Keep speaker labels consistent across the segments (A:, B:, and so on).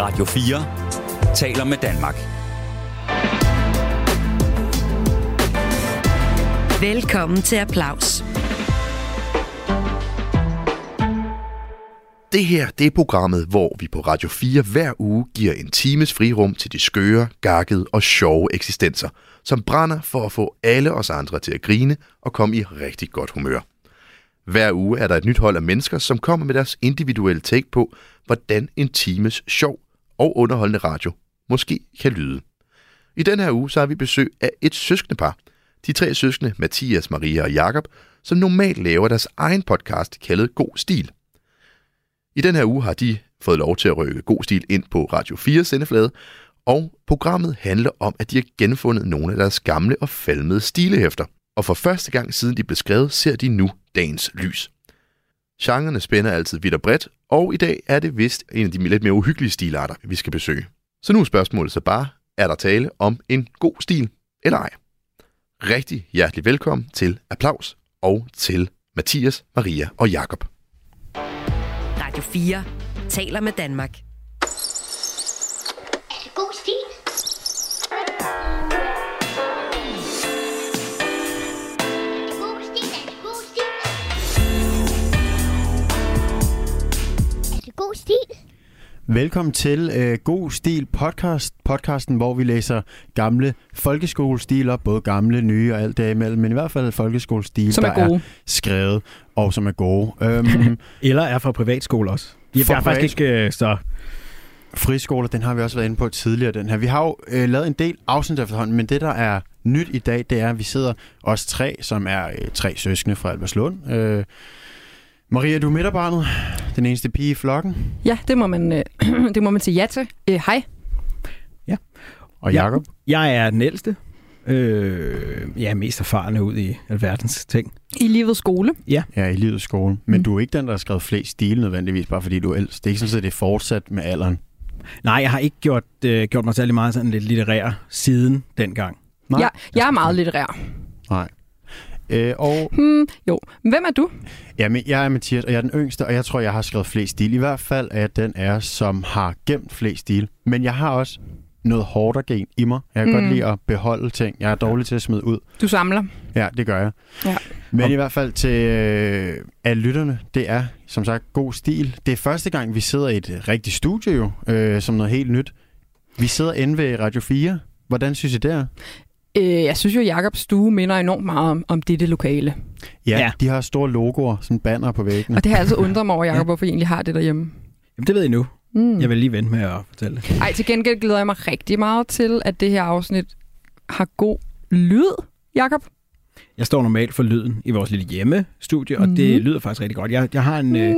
A: Radio 4 taler med Danmark.
B: Velkommen til Applaus.
C: Det her, det er programmet, hvor vi på Radio 4 hver uge giver en times frirum til de skøre, gakkede og sjove eksistenser, som brænder for at få alle os andre til at grine og komme i rigtig godt humør. Hver uge er der et nyt hold af mennesker, som kommer med deres individuelle take på, hvordan en times sjov og underholdende radio måske kan lyde. I den her uge så har vi besøg af et søskendepar. De tre søskende, Mathias, Maria og Jakob, som normalt laver deres egen podcast kaldet God Stil. I den her uge har de fået lov til at rykke god stil ind på Radio 4 sendeflade, og programmet handler om, at de har genfundet nogle af deres gamle og falmede stilehæfter. Og for første gang siden de blev skrevet, ser de nu dagens lys. Genrerne spænder altid vidt og bredt, og i dag er det vist en af de lidt mere uhyggelige stilarter, vi skal besøge. Så nu er spørgsmålet så bare, er der tale om en god stil eller ej? Rigtig hjertelig velkommen til Applaus og til Mathias, Maria og Jakob.
B: Radio 4 taler med Danmark.
D: God stil. God stil, er det god stil? Er det god stil?
E: Velkommen til øh, God Stil Podcast, podcasten, hvor vi læser gamle folkeskolestiler, både gamle, nye og alt derimellem, men i hvert fald folkeskolestiler,
F: Som er
E: der er
F: gode.
E: skrevet og som er gode. Øhm,
G: Eller er fra privatskole også. Jeg
E: Fra
G: er faktisk ikke øh, så...
E: friskoler, den har vi også været inde på tidligere, den her. Vi har jo øh, lavet en del afsnit efterhånden, men det, der er nyt i dag, det er, at vi sidder os tre, som er øh, tre søskende fra Alberslund. Øh, Maria, du er midterbarnet, den eneste pige i flokken,
F: Ja, det må man, øh, det må man sige ja til. Øh, hej.
E: og
G: Ja.
E: Jakob.
G: Jeg er den ældste. Øh, jeg er mest erfarne ud i alverdens ting.
F: I livets skole.
E: Ja, i livets skole. Men mm.
F: Mm.
E: du er ikke den, der har skrevet flest stile nødvendigvis, bare fordi du er ældst. Det er ikke sådan, at det er fortsat med alderen.
G: Nej, jeg har ikke gjort, øh, gjort mig særlig meget sådan lidt litterær siden dengang.
E: Nej.
F: Jeg, jeg er meget litterær.
E: Nej. Øh, og
F: Hmm, jo. Hvem er du?
E: jamen, jeg er Mathias, og jeg er den yngste, og jeg tror, jeg har skrevet flest stil. I hvert fald er jeg den er, som har gemt flest stil. Men jeg har også noget hårdt gen i mig. Jeg kan mm. godt lide at beholde ting. Jeg er dårlig til at smide ud.
F: Du samler.
E: Ja, det gør jeg.
F: Ja.
E: Men i hvert fald til øh, alle lytterne, det er som sagt god stil. Det er første gang, vi sidder i et øh, rigtigt studie jo, øh, som noget helt nyt. Vi sidder inde ved Radio 4. Hvordan synes I det er?
F: Øh, jeg synes jo, Jakobs stue minder enormt meget om, om dette lokale.
E: Ja,
G: Ja.
E: de har store logoer, sådan banner på væggene.
F: Og det har jeg altid undret mig over, Jakob, hvorfor I egentlig har det derhjemme.
G: Jamen, det ved jeg nu.
F: Mm.
G: Jeg vil lige vente med at fortælle det.
F: Ej, til gengæld glæder jeg mig rigtig meget til, at det her afsnit har god lyd, Jakob.
G: Jeg står normalt for lyden i vores lille hjemmestudie, og mm. det
F: Mhm. Mm.
G: lyder faktisk rigtig godt. Jeg, jeg har en, øh,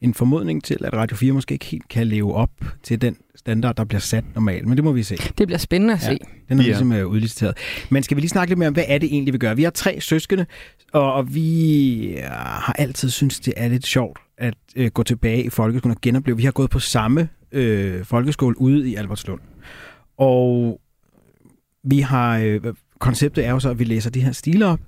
G: en formodning til, at Radio 4 måske ikke helt kan leve op til den standard, der bliver sat normalt, men det må vi se.
F: Det bliver spændende at
G: Den
F: se.
G: er
E: Ja.
G: yeah. ligesom øh, udliciteret. Men skal vi lige snakke lidt mere om, hvad er det egentlig, vi gør? Vi har tre søskende, og, og vi øh, har altid synes det er lidt sjovt at øh, gå tilbage i folkeskolen og genopleve. Vi har gået på samme øh, folkeskole ude i Albertslund. Og vi har... Øh, konceptet er jo så, at vi læser de her stiler op,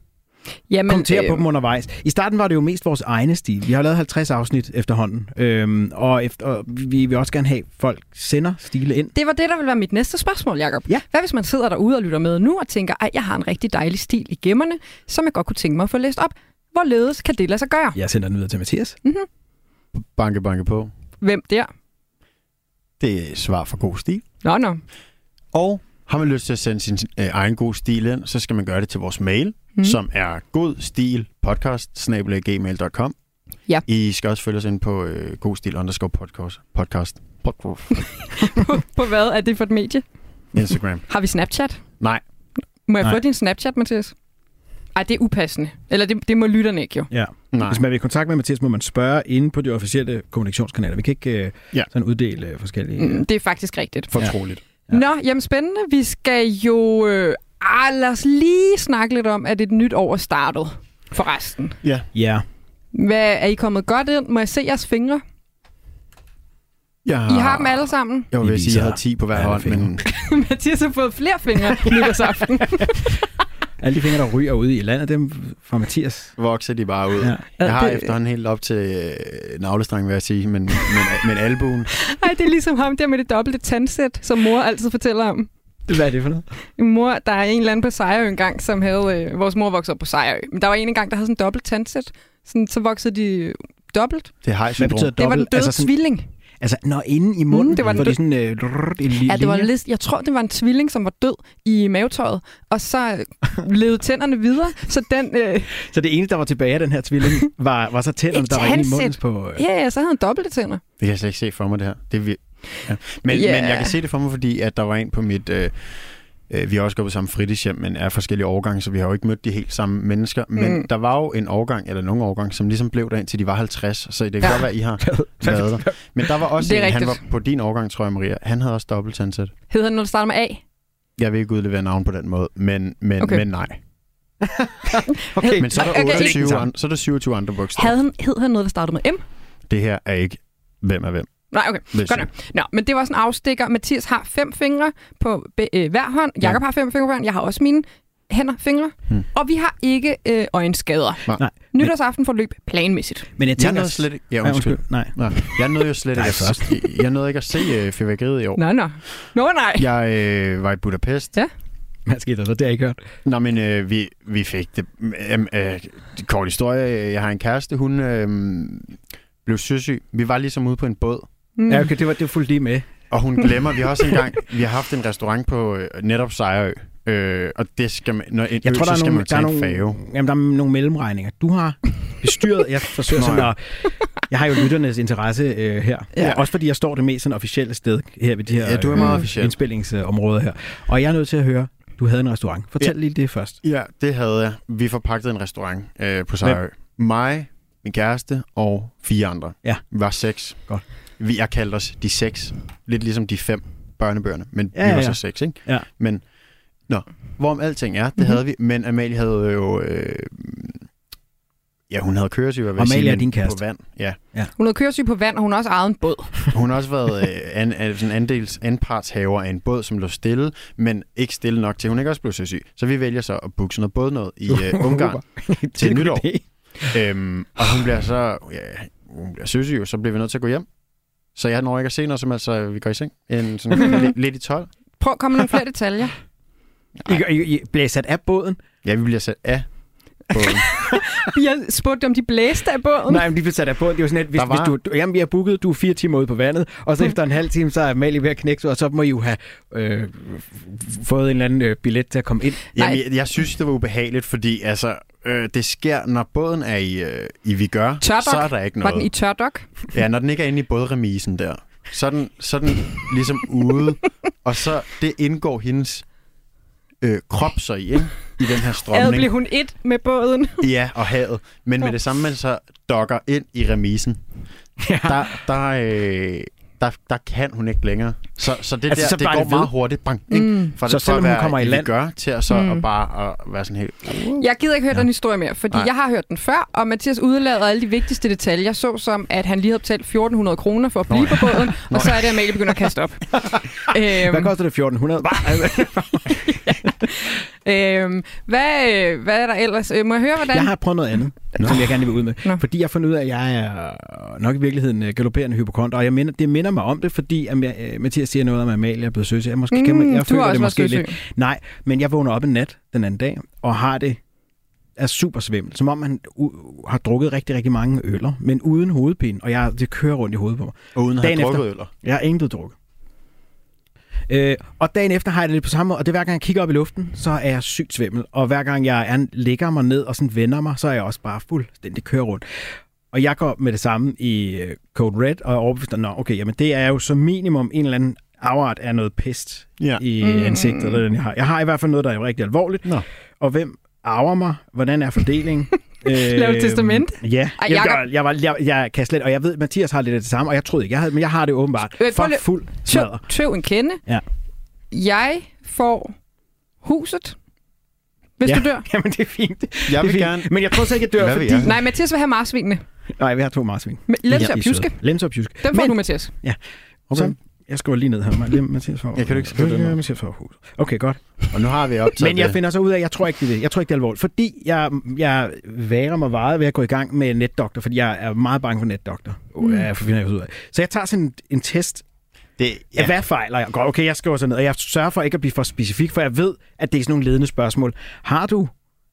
F: Jamen,
G: kommenterer øh... på dem undervejs. I starten var det jo mest vores egne stil. Vi har lavet 50 afsnit efterhånden, øhm, og, efter, og vi vil også gerne have, at folk sender stile ind.
F: Det var det, der ville være mit næste spørgsmål, Jakob.
G: Ja.
F: Hvad hvis man sidder derude og lytter med nu og tænker, at jeg har en rigtig dejlig stil i gemmerne, som jeg godt kunne tænke mig at få læst op. Hvorledes kan det lade sig gøre?
G: Jeg sender den videre til Mathias.
E: Banke, banke på.
F: Hvem der?
E: Det er svar for god stil.
F: Nå, nå.
E: Og har man lyst til at sende sin øh, egen god stil ind, så skal man gøre det til vores mail,
F: Mhm.
E: mm. som er godstilpodcast.gmail.com.
F: Ja.
E: I skal også følge os ind på øh, godstil underscore podcast, podcast. podcast.
F: På hvad er det for et medie?
E: Instagram.
F: Har vi Snapchat?
E: Nej.
F: Må jeg
G: Nej.
F: få din Snapchat, Mathias? Ej, det er upassende. Eller det, det må lytterne ikke, jo.
G: Ja.
E: Nej.
G: Hvis man vil i kontakt med Mathias, må man spørge inde på de officielle kommunikationskanaler. Vi kan ikke øh,
E: Ja.
G: ja. sådan uddele øh, forskellige... Mm.
F: Mm, det er faktisk rigtigt.
E: Fortroligt.
G: Ja.
F: Nå, jamen spændende. Vi skal jo... Øh, ah, lad os lige snakke lidt om, at et nyt år er startet for resten.
E: Ja.
G: Ja.
F: Hvad, er I kommet godt ind? Må jeg se jeres fingre?
E: Jeg
G: Ah.
F: I har dem alle sammen.
E: Jeg
G: I
E: vil sige, at
G: viser
E: jeg havde 10 på hver
G: alle
E: hånd,
G: fingre.
E: men
F: Mathias har fået flere fingre nytårsaften.
G: Alle de fingre, der ryger ude i landet, dem fra Mathias.
E: vokser de bare ud.
G: Ja.
E: Ja. Jeg har
F: Ja, det-
E: efterhånden helt op til øh, navlestrengen, vil jeg sige, men, men, men albuen.
F: Ej, det er ligesom ham der med det dobbelte tandsæt, som mor altid fortæller om.
G: Hvad er det for noget?
F: Min mor, der er en eller anden på Sejrø engang, som havde... Øh, vores mor voksede op på Sejrø, men der var en engang, der havde sådan en dobbelt tandsæt. Sådan, så voksede de dobbelt.
E: Det er
G: Hvad
E: hej-syndrom.
G: betyder
F: Det var den
G: dobbelt?
F: døde altså
G: sådan,
F: tvilling.
G: altså, når inde i munden,
F: Mm,
G: det var den
F: døde-
G: sådan øh, rrrt, en lille
F: Ja, det var
G: linje.
F: lidt, jeg tror, det var en tvilling, som var død i mavetøjet, og så levede tænderne videre, så den, øh,
G: Så det eneste, der var tilbage af den her tvilling, var, var så tænderne,
F: Et
G: der var inde i
F: tandsæt.
G: munden på... Øh,
F: ja, ja, så havde han dobbelte tænder.
E: Det kan jeg slet ikke se for mig, det her. Det er vi... ja. men,
F: Ja.
E: yeah. men jeg kan se det for mig, fordi at der var en på mit... Øh, øh, vi har også gået på samme fritidshjem, men er forskellige årgange, så vi har jo ikke mødt de helt samme mennesker. Men
F: Mm.
E: mm. der var jo en årgang, eller nogle årgang, som ligesom blev der indtil de var 50, så det kan
F: Ja.
E: ja. godt være, I har været der. Men der var også
F: Det er
E: en, han var
F: rigtigt.
E: på din årgang, tror jeg, Maria. Han havde også dobbelt tandsæt.
F: Hed han, når det starter med A?
E: Jeg vil ikke udlevere navn på den måde, men, men,
F: Okay.
E: okay. men nej.
F: Okay.
E: Men så er der,
F: Okay, okay.
E: 28, andre- så er der 27 andre bogstaver.
F: Havde han, hed han noget, der startede med M?
E: Det her er ikke, hvem er hvem.
F: Nej, okay.
E: Hvis
F: Godt nok. Nå, men det var sådan en afstikker. Mathias har fem fingre på be- øh, hver hånd. Jakob har fem fingre på hver hånd. Jeg har også mine hænder, fingre. Hmm.
E: Hmm.
F: Og vi har ikke øh, øjenskader.
E: Nej.
G: Nej.
F: Nytårsaften forløb planmæssigt.
G: Men jeg
E: Jeg
G: tænker...
E: nåede slet ikke...
G: Ja, undskyld. Nej.
E: Nå, jeg nåede jo slet
G: Nej,
E: ikke...
G: først.
E: Jeg, jeg nåede ikke at se øh, fyrværkeriet i år.
F: Nå, nå. Nå, nej.
E: Jeg øh, var i Budapest.
F: Ja.
G: Hvad skete der så? Det har jeg ikke hørt.
E: Nå, men øh, vi, vi fik det... Øh, øh, kort historie. øh, Jeg har en kæreste. Hun øh, blev søsyg. Vi var ligesom ude på en båd.
F: Mm.
G: Ja, okay, det var, det var fuldt lige med.
E: Og hun glemmer... vi har også engang... Vi har haft en restaurant på øh, netop Sejrø. Øh, og det skal man... Når en
G: Jeg
E: ø,
G: tror,
E: så
G: der er
E: skal
G: nogle,
E: man
G: der er
E: tage en
G: nogle,
E: fave.
G: jamen, der er nogle mellemregninger. Du har bestyret, jeg forsøger
E: Nå,
G: sådan
E: ja.
G: at, jeg har jo lytternes interesse øh, her.
E: Ja.
G: Også fordi jeg står det mest sådan officielle sted her ved de her
E: Ja, du er meget
G: øh,
E: officiel.
G: indspillingsområder her. Og jeg er nødt til at høre, du havde en restaurant. Fortæl lige det først.
E: Ja, det havde jeg. Vi forpagtede en restaurant øh, på Sejrø. Mig, min kæreste og fire andre.
G: Ja.
E: Vi var seks.
G: Godt.
E: Vi har kaldt os de seks. Lidt ligesom de fem børnebørnene, men
G: Ja,
E: ja, vi
G: ja,
E: var
G: ja.
E: så seks, ikke?
G: Ja. Mhm.
E: Men, nå, hvorom alting er, det mm-hmm. havde vi. Men Amalie havde jo... Øh, ja, hun havde køresyge, hvad vil jeg
G: Amalie
E: sige,
G: er
E: men
G: din kæreste.
E: På vand, ja.
F: Hun havde køresyg på vand, og hun har også ejet en båd.
E: Hun har også været øh, an, an, sådan andels, anpartshaver af en båd, som lå stille, men ikke stille nok til, at hun ikke også blev søsyg. Så vi vælger så at booke sådan noget bådnåd i øh, Ungarn
G: Det er
E: til
G: en god
E: nytår.
G: idé.
E: Øhm, og hun bliver så, ja, hun bliver søsyg, jo, så bliver vi nødt til at gå hjem. Så jeg når ikke at se noget, som altså, vi går i seng. En, sådan, lidt, lidt i 12.
F: Prøv at komme med nogle flere detaljer.
G: I, I, I blev sat af båden.
E: Ja, vi bliver sat af. På,
F: Jeg spurgte, om de blæste af båden.
G: Nej, men de blev sat af båden. Det var sådan, at hvis,
E: Der
G: var...
E: var-
G: hvis du, du, jamen, vi har booket, du er fire timer ude på vandet, og så efter en halv time, så er Amalie ved at knække, sig, og så må I jo have øh, f- f- fået en eller anden øh, billet til at komme ind.
E: jamen, jeg, jeg synes, det var ubehageligt, fordi altså, øh, det sker, når båden er i, øh, i vi gør,
F: Tørdok?
E: så er der ikke
F: Var den i
E: noget.
F: tørdok?
E: Ja, når den ikke er inde i bådremisen der. Så er den, så er den ligesom ude, og så det indgår hendes øh, krop så i, ikke? I den her
F: Ad
E: strømning.
F: blev hun et med båden.
E: Ja, og havet. Men med det samme, man så dokker ind i remisen, ja. der, der, øh, der, der kan hun ikke længere. Så, så det
G: Altså,
E: altså, der,
G: så
E: det
G: bare
E: går
G: ved.
E: meget hurtigt. Bang, mm. Fra
G: Så
E: det, fra
G: selvom hun
E: at være,
G: kommer i
E: vi
G: land-
E: Gør, til at så
F: Mm.
E: mm. at bare at være sådan helt...
F: Jeg gider ikke høre ja. den historie mere, fordi Nej.
E: Nej.
F: jeg har hørt den før, og Mathias udlader alle de vigtigste detaljer, såsom at han lige havde betalt 1.400 kroner for at blive på båden, og så er det, at Amalie begynder at kaste op.
G: Hvad
F: øhm,
G: koster det? Altså, 1400? Hva?
F: øhm, hvad, øh, hvad er der ellers? Øh, må jeg høre, hvordan...
G: Jeg har prøvet noget andet, Nå. som jeg gerne vil ud med.
F: Nå.
G: Nå. Fordi jeg har fundet ud af, at jeg er nok i virkeligheden øh, galopperende hypokonter, og jeg minder, det minder mig om det, fordi at, øh, Mathias siger noget om, at Amalie er blevet søsyg. Jeg, måske, kan man,
F: Mm,
G: jeg
F: du
G: føler
F: har også
G: det
F: været
G: måske
F: søsyg.
G: lidt. Nej, men jeg vågner op en nat den anden dag, og har det er super svimmel, som om man u- har drukket rigtig, rigtig mange øller, men uden hovedpine, og jeg, det kører rundt i hovedet på mig.
E: Og uden at have
G: Dagen efter.
E: drukket øller.
G: Jeg har ingen blevet drukket. Øh, og dagen efter har jeg det lidt på samme måde, og det er hver gang jeg kigger op i luften, så er jeg sygt svimmel. Og hver gang jeg er, lægger mig ned og sådan vender mig, så er jeg også bare fuldstændig kører rundt. Og jeg går med det samme i øh, Code Red, og er overbevist om, "Nå, okay, jamen det er jo som minimum en eller anden afart af noget pest
E: Ja.
G: i mm. ansigtet, eller den jeg har. Jeg har i hvert fald noget, der er rigtig alvorligt.
E: Nå.
G: Og hvem arver mig? Hvordan er fordelingen? Øh,
F: Laver du testament?
G: Ja,
F: Ej,
G: Ej, jeg,
F: Jakob.
G: jeg, jeg, var, jeg, jeg kan slet, og jeg ved, at Mathias har lidt af det samme, og jeg troede ikke, jeg havde, men jeg har det åbenbart.
F: Øh, prøv
G: For
F: lige-
G: fuld smadder.
F: Tøv, tøv en kende.
G: Ja.
F: Jeg får huset, hvis
G: ja.
F: du dør.
G: Jamen, det er fint.
E: Jeg
G: det er
E: vil
G: fint.
E: gerne...
G: Men jeg tror så ikke, jeg dør,
E: Hvad
G: fordi...
E: vil jeg?
F: Nej, Mathias vil have marsvinene.
G: Nej, vi har to marsvin.
F: Men Lemse
G: Ja,
F: og
G: de er
F: pjuske.
G: søde. Lemse og pjuske.
F: Dem får
G: Men-
F: du, Mathias.
G: Okay. Så Jeg skriver lige ned her. Ma- Mathias Favre.
E: Ja, kan du ikke skrive det ned?
G: Mathias Favre. Okay, godt.
E: Og nu har vi optaget
G: Men jeg
E: det.
G: finder så ud af, at jeg tror ikke, det er det. Jeg tror ikke, det er alvorligt. Fordi jeg, jeg værer mig meget ved at gå i gang med netdoktor, fordi jeg er meget bange for netdoktor. Mm. Jeg finder jeg ud af. Så jeg tager sådan en, en test
E: det,
G: Ja. Hvad fejler jeg? Godt, okay, jeg skriver sådan ned, og jeg sørger for ikke at blive for specifik, for jeg ved, at det er sådan nogle ledende spørgsmål. Har du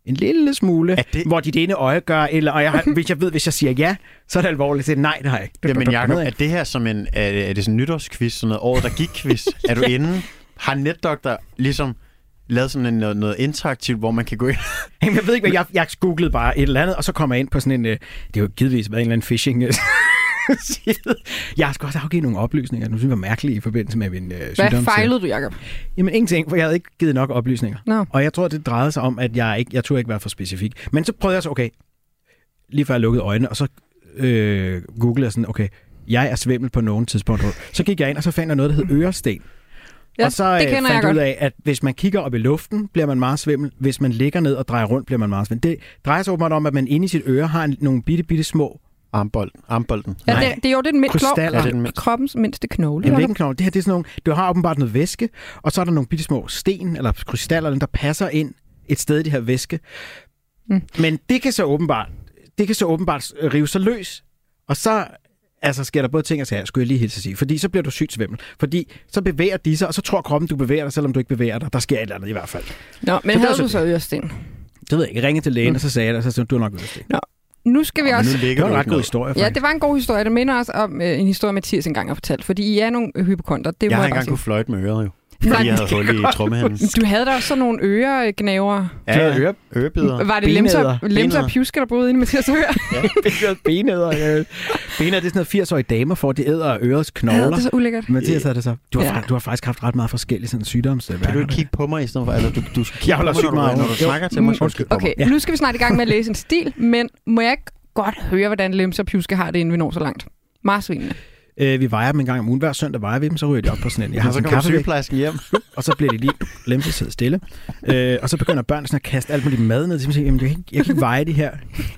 G: en lille smule,
E: Er
G: det...
E: det-
G: hvor dit ene øje gør, eller, og jeg, har- hvis jeg ved, hvis jeg siger ja, så er det alvorligt. Så er det nej, det har jeg ikke.
E: Jamen Jacob,
G: Duk,
E: er
G: duk, duk,
E: det her som en, er, det- er det sådan en nytårsquiz, sådan noget året, der gik quiz? er du inde? Har netdoktor ligesom lavet sådan en, noget, noget interaktivt, hvor man kan gå ind?
G: duk. Jamen, jeg ved ikke, hvad jeg, jeg googlede bare et eller andet, og så kommer jeg ind på sådan en, øh, det er jo givetvis været en eller anden phishing øh, side. Jeg har sgu også afgivet nogle oplysninger, nu synes jeg var mærkelige i forbindelse med min øh,
F: Hvad
G: sygdom.
F: fejlede du, Jacob?
G: Jamen ingenting, for jeg havde ikke givet nok oplysninger.
F: Nå.
G: Og jeg tror, det drejede sig om, at jeg ikke, jeg turde ikke være for specifik. Men så prøvede jeg så, okay, lige før jeg lukkede øjnene, og så øh, googlede jeg sådan, okay, jeg er svimmel på nogen tidspunkt. Så gik jeg ind, og så fandt jeg noget, der hed øresten.
F: Ja,
G: og så
F: det
G: øh, fandt
F: kender jeg
G: jeg ud
F: godt.
G: af, at hvis man kigger op i luften, bliver man meget svimmel. Hvis man ligger ned og drejer rundt, bliver man meget svimmel. Det drejer sig åbenbart om, at man inde i sit øre har en, nogle bitte, bitte små
E: Armbolden. Armbolden.
F: Ja,
G: Nej.
F: det, det, er jo det er den mindste
G: Krystaller.
F: knogle,
G: Er det
E: den mindste?
F: kroppens mindste knogle.
G: Jamen, det er
F: Jacob.
G: ikke en knogle. Det her det er sådan nogle, du har åbenbart noget væske, og så er der nogle bitte små sten eller krystaller, der passer ind et sted i det her væske. Mm.
F: Mm.
G: Men det kan så åbenbart, det kan så åbenbart øh, rive sig løs. Og så altså, sker der både ting og sager, skulle jeg lige hilse at sige. Fordi så bliver du sygt svimmel. Fordi så bevæger de sig, og så tror kroppen, du bevæger dig, selvom du ikke bevæger dig. Der sker et eller andet i hvert fald.
F: Nå, men
G: det var
F: havde
G: så
F: du så Øresten?
G: Det ved jeg ikke. Ringe til lægen, mm.
F: Mm.
G: og så sagde jeg det, og så sagde du, du har nok øresting.
F: Nu skal vi
E: Men
F: også...
E: nu
G: Det
E: ligger
G: var en
E: du
G: ret
E: ikke
G: god
E: noget.
G: historie,
F: Ja,
G: faktisk.
F: det var en god historie. Det minder også om øh, en historie, Mathias engang har fortalt. Fordi I er nogle hypokonter. Det
E: Jeg
F: må
E: har
F: jeg
E: engang kunne
F: bare
E: fløjte med øret jo. Fordi
F: sige.
E: jeg
F: Nej,
E: havde hul i trommehinden.
F: Du havde da også sådan nogle øregnavere.
E: Ja, ja.
G: øre,
E: Ørebider.
F: Var det
G: Benæder.
F: lemser, lemser
E: Benæder.
F: og pjusker, der boede inde i Mathias øre?
G: benæder. øh. Benæder, det er sådan noget 80-årige damer får. Det æder ørets knogler.
F: Ja, det er så ulækkert.
G: Mathias havde det så. Du har,
F: Ja.
G: ja. du har faktisk haft ret meget forskellige sådan sygdomsværker.
E: Kan du ikke kigge på mig i stedet for? Eller du, du skal kigge
G: Jeg holder
E: på mig,
G: sygt
E: når du-
G: meget
E: når
G: øje.
E: du
G: Jo.
E: snakker til mig.
F: Mm,
E: så skal du på mig.
F: Okay,
G: Ja.
F: nu skal vi snart i gang med at læse en stil, men må jeg ikke godt høre, hvordan lemser og pjusker har det, inden vi når så langt? Marsvinene.
G: Øh, vi vejer dem en gang om ugen. Hver søndag vejer vi dem, så ryger de op på sådan en. Jeg har
E: Og så
G: sådan en
E: kommer
G: kaffevæg,
E: sygeplejersken hjem.
G: og så bliver de lige lemset sidde stille. Øh, og så begynder børnene sådan at kaste alt muligt mad ned. til mig, Så siger, Jamen, jeg kan ikke, jeg kan ikke veje det her.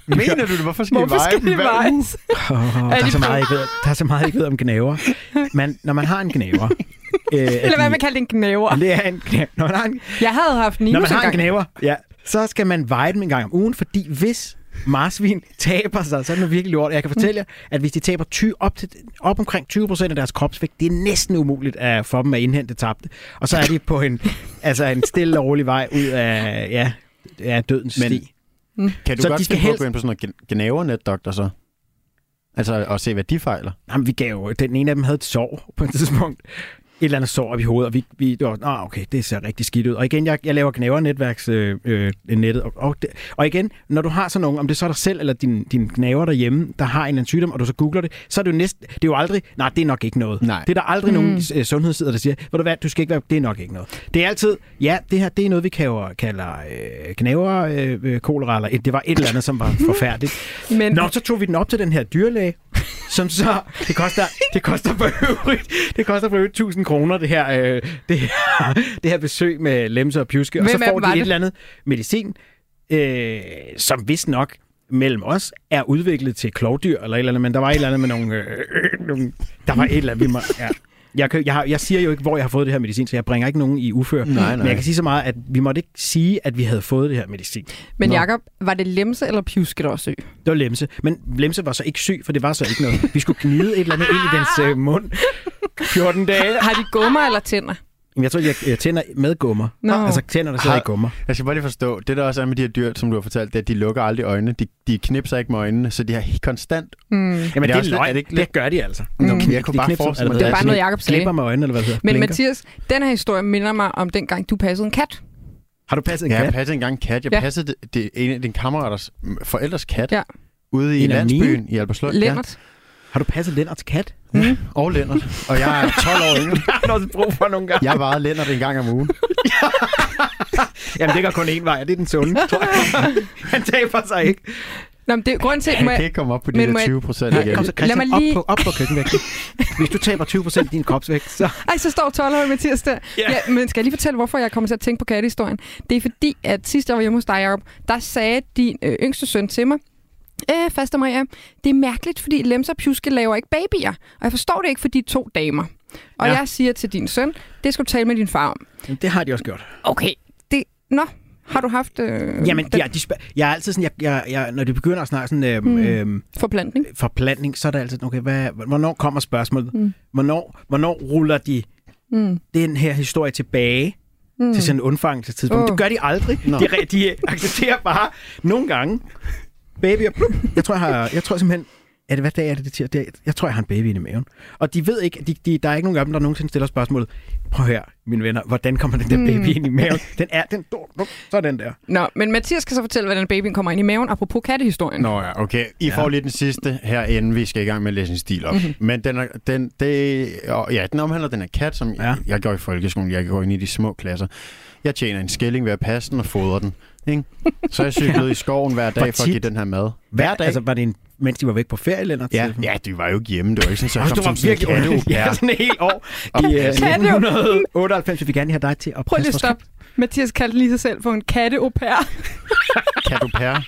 E: Mener du det? Hvorfor skal
F: Hvorfor skal de vejes?
G: Oh, der,
F: de
G: er så
F: blevet-
G: meget, jeg ikke ved, der er så meget, jeg ikke ved om gnaver. Man, når man har en gnaver... Øh,
F: Eller hvad man kalder det, en gnaver.
G: det er en gnaver. Når man har en,
F: Jeg havde haft
G: når man
F: Ninus
G: har en
F: engang.
G: gnaver, ja, så skal man veje dem en gang om ugen, fordi hvis marsvin taber sig, så er det noget virkelig lort. Jeg kan fortælle jer, at hvis de taber 20, op, til, op omkring 20 procent af deres kropsvægt, det er næsten umuligt at for dem at indhente det tabte. Og så er de på en, altså en stille og rolig vej ud af, ja, af dødens Men,
E: Men-
G: sti.
E: Kan du
G: Så
E: godt
G: de skal
E: finde på at
G: helst-
E: gå ind på sådan noget gen- gnavernet, så? Altså, og se, hvad de fejler.
G: Jamen, vi gav jo, den ene af dem havde et sår på et tidspunkt. Et eller andet sår op i hovedet, og vi, vi det var, Nå, okay, det ser rigtig skidt ud. Og igen, jeg, jeg laver gnavernetværks øh, øh, nettet. Og, og, det, og igen, når du har sådan nogen, om det så er dig selv eller din, din gnaver derhjemme, der har en eller anden sygdom, og du så googler det, så er det jo næsten, det er jo aldrig, nej, det er nok ikke noget.
E: Nej.
G: Det er der aldrig mm. nogen øh, sundhedssider, der siger, ved du hvad, du skal ikke være, det er nok ikke noget. Det er altid, ja, det her, det er noget, vi kalder, kalder øh, gnaver, øh, øh, kolera, eller et- det var et eller andet, som var forfærdeligt.
F: Men-
G: Nå, så tog vi den op til den her dyrlæge, som så, det koster, det koster for øvrigt, det koster for øvrigt 1000 kroner, det her, øh, det her, det her besøg med lemse og pjuske, og
F: Hvem
G: så
F: af
G: får
F: dem
G: de
F: var
G: et
F: det?
G: eller andet medicin, øh, som vist nok mellem os er udviklet til klovdyr eller et eller andet, men der var et eller andet med nogle, øh, øh, nogle der var et eller andet, vi må, ja. Jeg, kan, jeg, har, jeg siger jo ikke, hvor jeg har fået det her medicin, så jeg bringer ikke nogen i ufør.
E: nej.
G: Men jeg kan sige så meget, at vi måtte ikke sige, at vi havde fået det her medicin.
F: Men
G: Nå.
F: Jakob, var det lemse eller pjuske, der var søg?
G: Det var Lemse. Men Lemse var så ikke syg, for det var så ikke noget. Vi skulle gnide et eller andet ind i dens øh, mund 14 dage.
F: Har de gummer eller tænder?
G: Jamen, Jeg tror, jeg, jeg tænder med gummer.
F: Nå.
G: Altså tænder, der sidder i
E: Har-
G: gummer.
E: Jeg skal bare lige forstå, det der også er med de her dyr, som du har fortalt, det er, at de lukker aldrig øjnene. De, de knipser ikke med øjnene, så de har he- konstant...
F: Mm.
G: Jamen,
E: det
G: det,
E: er
G: er
E: også lidt-
G: løgn.
E: er
G: det,
E: det
G: ikke
E: ikke
G: det gør de altså.
E: Nå,
F: Mm.
E: men jeg kunne
G: De
E: bare
G: knipser-
E: forestille mig,
G: eller
E: at
F: Det var bare
E: sådan
F: noget, Jakob sagde.
G: Klipper med øjnene, eller hvad det hedder.
F: Men
G: Blinker.
F: Mathias, den her historie minder mig om dengang, du passede en kat.
G: Har du passet en
E: Ja,
G: kat?
E: jeg passede engang en kat. Jeg
F: Ja.
E: passede det, det, en af dine kammeraters mm, forældres kat
F: Ja.
E: ude i
G: En af
E: landsbyen i Albertslund.
F: Lennart.
G: Har du passet Lennarts kat?
E: Ja. Og Lennart. Og jeg er 12 år yngre.
G: Jeg har også brug for nogle gange.
E: Jeg varede Lennart en gang om ugen.
G: Jamen, det går kun én vej, og det er den sunde, tror jeg. Han taber sig ikke.
F: Nå, men det er grunden til,
E: Han
F: må
E: kan
F: jeg,
E: ikke komme op på de
F: Men
E: der
F: må jeg-
E: 20 procent igen.
G: Kom så, Christian,
F: Lad mig lige-
G: op på, op på køkkenvægten. Hvis du taber 20% af din kropsvægt, så...
F: Ej, så står 12 år Mathias der. Yeah. Ja, men skal jeg lige fortælle, hvorfor jeg kommer til at tænke på kattehistorien? Det er fordi, at sidst jeg var hjemme hos dig, Jacob, der sagde din øh, yngste søn til mig, Øh, faste Maria, det er mærkeligt, fordi lemser og pjuske laver ikke babyer. Og jeg forstår det ikke, fordi de er to damer. Og
G: Ja.
F: ja. jeg siger til din søn, det skal du tale med din far om.
G: Jamen, det har de også gjort.
F: Okay. Det, nå, har du haft øh,
G: Jamen,
F: den
G: de, de spørg- jeg er altid sådan, jeg, jeg, jeg, når de begynder at snakke sådan, øhm, mm.
F: Mm.
G: øhm,
F: forplantning?
G: forplantning, så er det altid, okay, hvad, hvornår kommer spørgsmålet? Mm.
F: Mm.
G: Hvornår, hvornår ruller de
F: Mm.
G: den her historie tilbage mm.
F: Mm.
G: til sådan en undfangelsestidspunkt? Oh.
F: Åh.
G: Det gør de aldrig.
E: Nå.
G: De, re- de accepterer bare nogle gange. Baby og plup. Jeg tror, jeg, har, jeg tror simpelthen, er det, hvad dag er det, det tirsdag? Det er- Jeg tror, jeg har en baby inde i maven. Og de ved ikke, de, de, der er ikke nogen af dem, der nogensinde stiller spørgsmålet, prøv her, mine venner, hvordan kommer den der baby ind i maven? Den er, den, dum, dum, så er den der.
F: Nå, men Mathias skal så fortælle, hvordan babyen kommer ind i maven, apropos kattehistorien.
E: Nå ja, okay. I ja. får lige den sidste herinde. Vi skal i gang med at læse en stil op. Mm-hmm. Men den, er, den, det, og ja, den omhandler den her kat, som ja. jeg, jeg går i folkeskolen. Jeg går ind i de små klasser. Jeg tjener en skilling ved at passe den og fodre den. Ikke? Så jeg cyklede i skoven hver dag
G: Hvor
E: for, for at give
G: tit?
E: den her mad.
G: Hver dag? Altså, var det en, mens de var væk på ferie, eller
E: Ja, ja, de var jo ikke hjemme. Det var ikke sådan, så jeg kom som sådan en katte.
G: Ja, sådan et helt år. I øh,
F: Katte-
G: 1998 vil vi gerne have dig til at
F: Prøv lige
G: passe
F: at
G: vores
F: stoppe. Mathias kaldte lige sig selv for en katteau pair.
E: Kan du pære?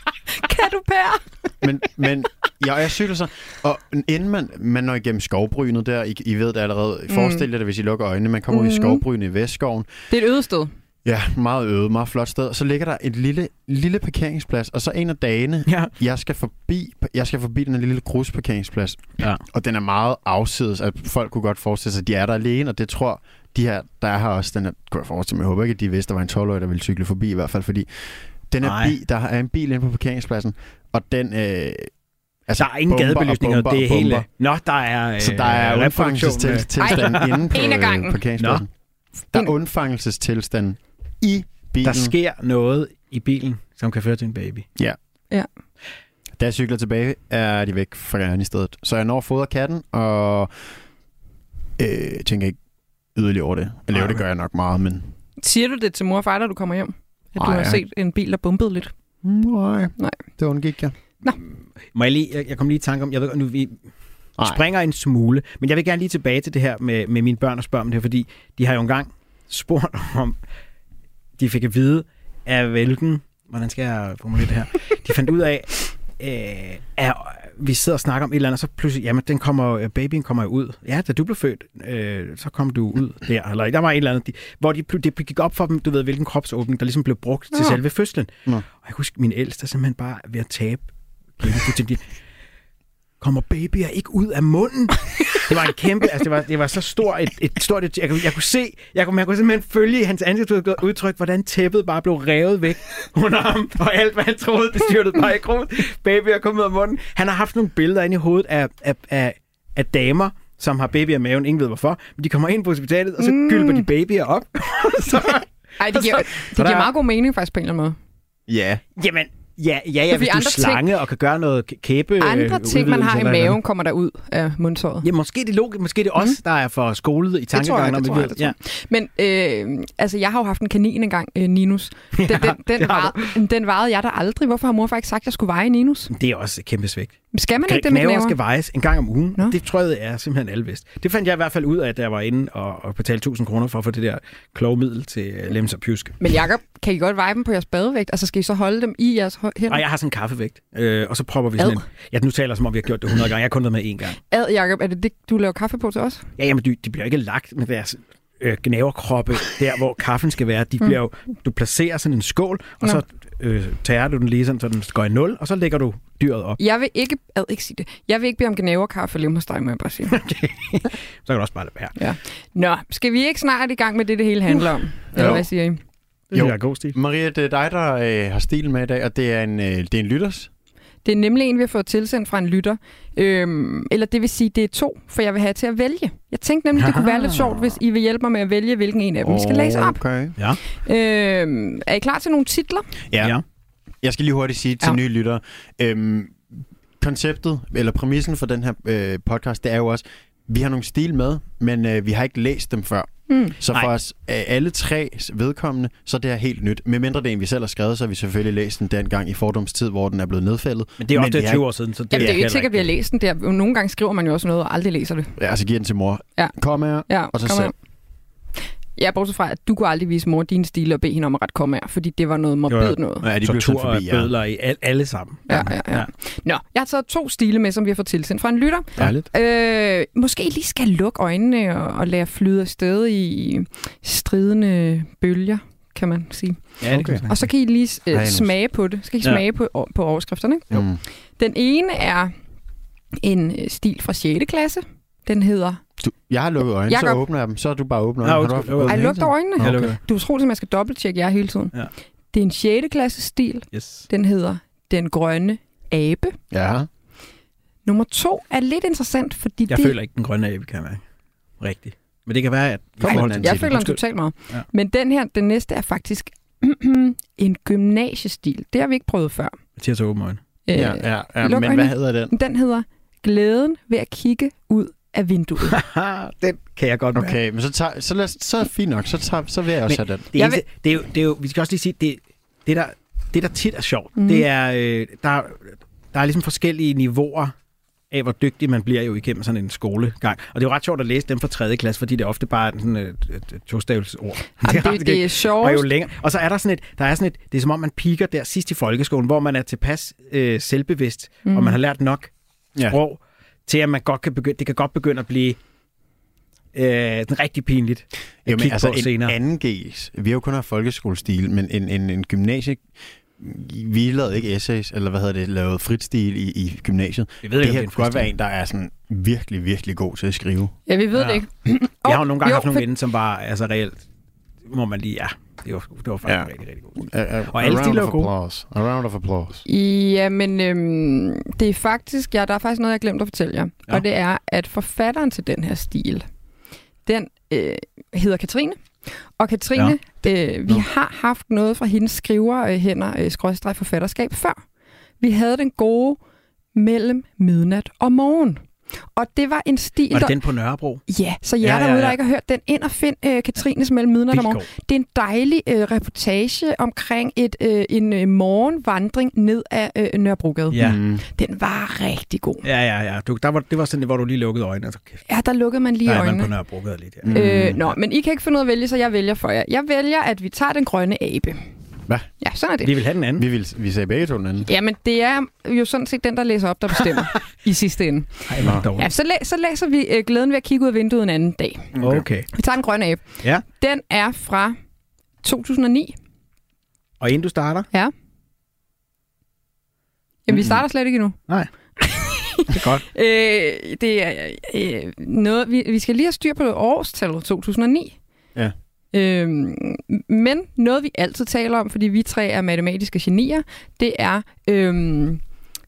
F: katteau pair.
E: men, men jeg, jeg cykler så, og inden man, man når igennem skovbrynet der, I, I ved det allerede, mm. forestil jer det, hvis I lukker øjnene, man kommer mm. ud i skovbrynet i Vestskoven,
F: Det er et øde sted.
E: ja, meget øde, meget flot sted, og så ligger der et lille, lille parkeringsplads, og så en af dagene,
G: Ja.
E: jeg skal forbi, jeg skal forbi den her lille grusparkeringsplads,
G: Ja.
E: og den er meget afsides, at folk kunne godt forestille sig, at de er der alene, og det tror de her, der er her også, den er, kunne jeg forestille mig, jeg håber ikke, at de vidste, at der var en 12-årig, der ville cykle forbi i hvert fald, fordi den her
G: Nej.
E: bil, der er en bil inde på parkeringspladsen, og den... Øh, altså,
G: Der er ingen
E: bomber og
G: gadebelysninger,
E: bomber
G: det er
E: og bomber.
G: hele... Nå, der er... Øh,
E: Så der er
G: reproduktion, øh.
E: undfangelsestilstand inde på
F: en af
E: øh,
F: gangen.
E: parkeringspladsen. Der er
F: En-
E: undfangelsestilstand i bilen.
G: Der sker noget i bilen, som kan føre til en baby.
E: Da jeg cykler tilbage, er de væk fra gaden i stedet. Så jeg når fodrer katten, og øh, tænker ikke yderligere over det. Eller jo, det gør jeg nok meget, men...
F: Siger du det til mor og far, når du kommer hjem? At du
E: Nej.
F: har set en bil, der bumpede lidt.
E: Nej,
F: Nej.
E: det undgik jeg.
G: Må jeg lige... Jeg, jeg kom lige i tanke om... Jeg ved, godt, nu, vi
E: Nej.
G: springer en smule, men jeg vil gerne lige tilbage til det her med, med mine børn og spørge om det her, fordi de har jo engang spurgt om... De fik at vide af hvilken... Hvordan skal jeg formulere det her? De fandt ud af, øh, at vi sidder og snakker om et eller andet, og så pludselig, jamen, den kommer, øh, babyen kommer jo ud. Ja, da du blev født, øh, så kom du ud der. Eller der var et eller andet, de, hvor de, pl- det gik op for dem, du ved, hvilken kropsåbning, der ligesom blev brugt til
F: Nå.
G: selve fødslen.
E: Nå.
G: Og jeg husker, min ældste simpelthen bare ved at tabe. glemte fuldstændig. Kommer babyer ikke ud af munden? Det var en kæmpe, altså det var, det var så stort et, et stort, et, jeg, kunne, jeg kunne se, jeg kunne, man kunne simpelthen følge i hans ansigtsudtryk, hvordan tæppet bare blev revet væk under ham, og alt hvad han troede, det styrtede bare i grus. Babyer kom ud af munden. Han har haft nogle billeder inde i hovedet af, af, af, af damer, som har babyer i maven, ingen ved hvorfor, men de kommer ind på hospitalet, og så mm. gylper de babyer op. så,
F: Ej, det giver, det
G: der
F: giver
G: er-
F: meget god mening faktisk på en eller anden måde.
E: Ja.
G: jamen, ja, ja, ja
F: Fordi
G: hvis du er
F: andre ting-
G: slange og kan gøre noget kæ- kæbe... øh,
F: Andre ting, man
G: udvidelse
F: har i
G: eller et eller andet.
F: maven, kommer der ud af mundsåret.
G: Ja, måske det er logisk, måske det er os, mm. der er for skolet i
F: jeg,
G: tankegangen.
F: det
G: om,
F: tror jeg,
G: vi
F: det
G: ved-
F: tror Men øh, altså, jeg har jo haft en kanin engang, øh, Ninus. Den, den,
G: det
F: den,
G: har
F: varede, den varede jeg da aldrig. Hvorfor har mor faktisk sagt, at jeg skulle veje Ninus?
G: Ja. Det er også et kæmpe svigt.
F: Skal man ikke det med
G: Knaver
F: knæver?
G: skal vejes en gang om ugen.
F: Nå.
G: Det tror jeg er simpelthen alle vidst. Det fandt jeg i hvert fald ud af, da jeg var inde og, og betalte 1000 kroner for at få det der kloge middel til øh, lems og pjusk.
F: Men Jacob, kan I godt veje dem på jeres badevægt? Altså, skal I så holde dem i jeres hå- hænder?
G: Og jeg har sådan en kaffevægt, øh, og så propper vi sådan en...
F: Ad.
G: Ja, nu taler jeg, som om vi har gjort det 100 gange. Jeg har kun været med én gang.
F: Ad, Jacob, er det det, du laver kaffe på til os?
G: Ja, jamen, de, de bliver ikke lagt med deres øh, gnaverkroppe, der hvor kaffen skal være. De bliver jo, du placerer sådan en skål, og
F: Mm.
G: så
F: Nå.
G: øh, tager du den lige sådan, så den går i nul, og så lægger du dyret op.
F: Jeg vil ikke, ad, ikke sige det. Jeg vil ikke bede om gnaverkaffe lige hos dig, må jeg bare sige.
G: Så kan du også bare lade være.
F: ja. Nå, skal vi ikke snart i gang med det, det hele handler om? Eller
E: Jo.
F: hvad siger I?
G: Det
E: Jo.
G: jo. er god stil.
E: Maria, det er dig, der øh, har stilen med i dag, og det er en, øh, det er en lytters.
F: Det er nemlig en, vi har fået tilsendt fra en lytter. Øhm, eller det vil sige, det er to, for jeg vil have til at vælge. Jeg tænkte nemlig, det kunne være lidt sjovt, hvis I vil hjælpe mig med at vælge, hvilken en af dem vi skal læse op.
E: Okay.
G: Ja.
F: Øhm, er I klar til nogle titler?
E: Ja.
G: ja.
E: Jeg skal lige hurtigt sige til ja.
F: Ja.
E: nye lyttere. Øhm, konceptet, eller præmissen for den her øh, podcast, det er jo også, vi har nogle stil med, men øh, vi har ikke læst dem før. Mm. Så for
G: Nej.
E: os øh, alle tre vedkommende, så er det her helt nyt. Med mindre det er en, vi selv har skrevet, så har vi selvfølgelig læst den dengang i fordomstid, hvor den er blevet nedfældet.
G: Men det er også
E: vi
G: det
E: har
G: 20 år siden, så det,
F: Jamen, det er jo
G: heller
F: ikke sikkert, at vi har læst den der. Nogle gange skriver man jo også noget og aldrig læser det.
E: Ja, så giver den til mor.
F: Ja.
E: Kom her,
F: Ja,
E: og så
F: kom her.
E: selv.
F: Ja, bortset fra, at du kunne aldrig vise mor din stil og bede hende om at rette komme her, fordi det var noget morbidt noget.
E: Ja, de blev sendt
G: Tortur og
E: forbi, ja.
G: bødler i al, alle sammen.
F: Ja, ja, ja. Nå, jeg har taget to stile med, som vi har fået tilsendt fra en lytter.
E: Dejligt.
F: Øh, måske lige skal lukke øjnene og, og lade flyde afsted i stridende bølger, kan man sige.
G: Ja, det
E: Okay.
G: okay.
F: Og så kan I lige
E: Ej, nu-
F: øh, smage på det. Så kan I
G: Ja.
F: smage på, på overskrifterne. Ikke?
E: Jo. Mm.
F: Den ene er en øh, stil fra 6. klasse. Den hedder...
E: Du, jeg har lukket øjnene, så
F: Jakob.
E: åbner jeg dem. Så er du bare åbner
G: Nå,
E: øjnene. Har du
G: undskyld,
E: haft
G: det var-
E: åbnet
F: Ej,
E: hele
F: luk dog
E: tiden?
F: øjnene.
G: Jeg
E: Okay.
G: lukker.
F: Du tror at man skal dobbelttjekke jer hele tiden.
G: Ja.
F: Det er en 6. klasse stil.
G: Yes.
F: Den hedder Den Grønne Abe.
E: Ja.
F: Nummer to er lidt interessant, fordi
G: Jeg
F: det...
G: føler ikke den grønne abe, kan jeg mærke. Rigtigt. Men det kan være, at...
E: Kom,
G: Ej,
E: Hold an
F: jeg
E: til det.
F: føler den
G: Undskyld.
F: totalt meget.
G: Ja.
F: Ja. Men den her, den næste er faktisk en gymnasiestil. Det har vi ikke prøvet før.
G: Mathias har åbne øjne.
F: Øh,
E: Ja, ja, ja.
F: luk
E: Men
F: øjnene.
E: hvad hedder den?
F: Den hedder Glæden ved at kigge ud af vinduet.
G: Haha, den kan jeg godt mærke.
E: Okay, men så, tager, så, lad, os- så er det fint nok. Så, tager, så vil jeg også have den.
G: Det,
F: Jeg
G: eneste, det, er jo, det er jo, vi skal også lige sige, det, det der, det der tit er sjovt,
F: Mhm.
G: mm. det er, øh, der, der er ligesom forskellige niveauer af, hvor dygtig man bliver jo igennem sådan en skolegang. Og det er jo ret sjovt at læse dem fra 3. klasse, fordi det er ofte bare sådan øh, et, et, et tostavelsesord.
F: Jamen, det, det er
G: og jo
F: sjovt.
G: længere. Og så er der sådan et, der er sådan et, det er som om man piker der sidst i folkeskolen, hvor man er tilpas øh, selvbevidst, mm.
F: Mhm.
G: og man har lært nok
E: Ja.
G: sprog, til at man godt kan begynde, det kan godt begynde at blive øh, sådan rigtig pinligt at
E: Jamen,
G: kigge
E: altså
G: på
E: en
G: senere.
E: anden G's. Vi har jo kun haft folkeskolestil, men en, en, en gymnasie... Vi lavede ikke essays, eller hvad hedder det, lavet frit stil i, i gymnasiet.
G: Jeg ved
E: det
G: ikke, om det
E: her
G: er en
E: kunne godt
G: fristil.
E: være en, der er sådan virkelig, virkelig god til at skrive.
F: Ja, vi ved
G: Ja.
F: det ikke.
G: Jeg har jo nogle gange
F: Jo,
G: haft nogle
F: for-
G: venner, som var altså reelt, må man lige, ja, det var, det var faktisk
E: Ja.
G: ja. rigtig, rigtig godt.
E: A, a,
G: Og alle
E: a
G: stile
E: round
G: er
E: of
G: gode.
E: applause. A round of applause.
F: Ja, men øhm, det er faktisk, ja, der er faktisk noget, jeg glemte at fortælle jer.
G: Ja.
F: Ja. Og det er, at forfatteren til den her stil, den øh, hedder Katrine. Og Katrine, ja. øh, vi
G: Nå.
F: har haft noget fra hendes skriverhænder, øh, skrådstræk forfatterskab, før. Vi havde den gode mellem midnat og morgen. Og det var en stil,
G: Var
F: der...
G: det den på Nørrebro?
E: Mm.
F: Ja, så jer ja, ja, ja. derude, der ikke har hørt den, ind og find øh, Katrines mellem midnat og morgen.
G: Vildt
F: Det er en dejlig øh, reportage omkring et øh, en øh, morgenvandring ned ad øh, Nørrebrogade.
G: Ja.
E: Mm.
F: Den var rigtig god.
G: Ja, ja, ja. Du, der var, det var sådan, hvor du lige lukkede øjnene. Altså, kæft,
F: Ja, der lukkede man lige
G: der er man
F: øjnene.
G: på Nørrebro gade lidt. Ja.
E: Mm.
F: Øh, nå, men I kan ikke finde ud af at vælge, så jeg vælger for jer. Jeg vælger, at vi tager den grønne abe.
E: Hvad?
G: Mm.
F: Ja, sådan er det.
G: Vi vil have den anden.
E: Vi, ville, vi sagde begge to den anden.
F: Jamen, det er jo sådan set den, der læser op, der bestemmer i sidste ende.
G: Ej, hvor er det
F: Ja,
G: dårligt.
F: så, læ- så læser vi øh, glæden ved at kigge ud af vinduet en anden dag.
G: Okay.
F: Vi tager den grønne abe.
G: Ja.
F: Den er fra 2009.
G: Og inden du starter,
F: Ja. Jamen, vi starter slet ikke endnu.
G: det er godt.
F: Øh, det er øh, noget, vi, vi skal lige have styr på årstallet 2009.
E: Ja.
F: Øhm, men noget, vi altid taler om, fordi vi tre er matematiske genier, det er, øhm,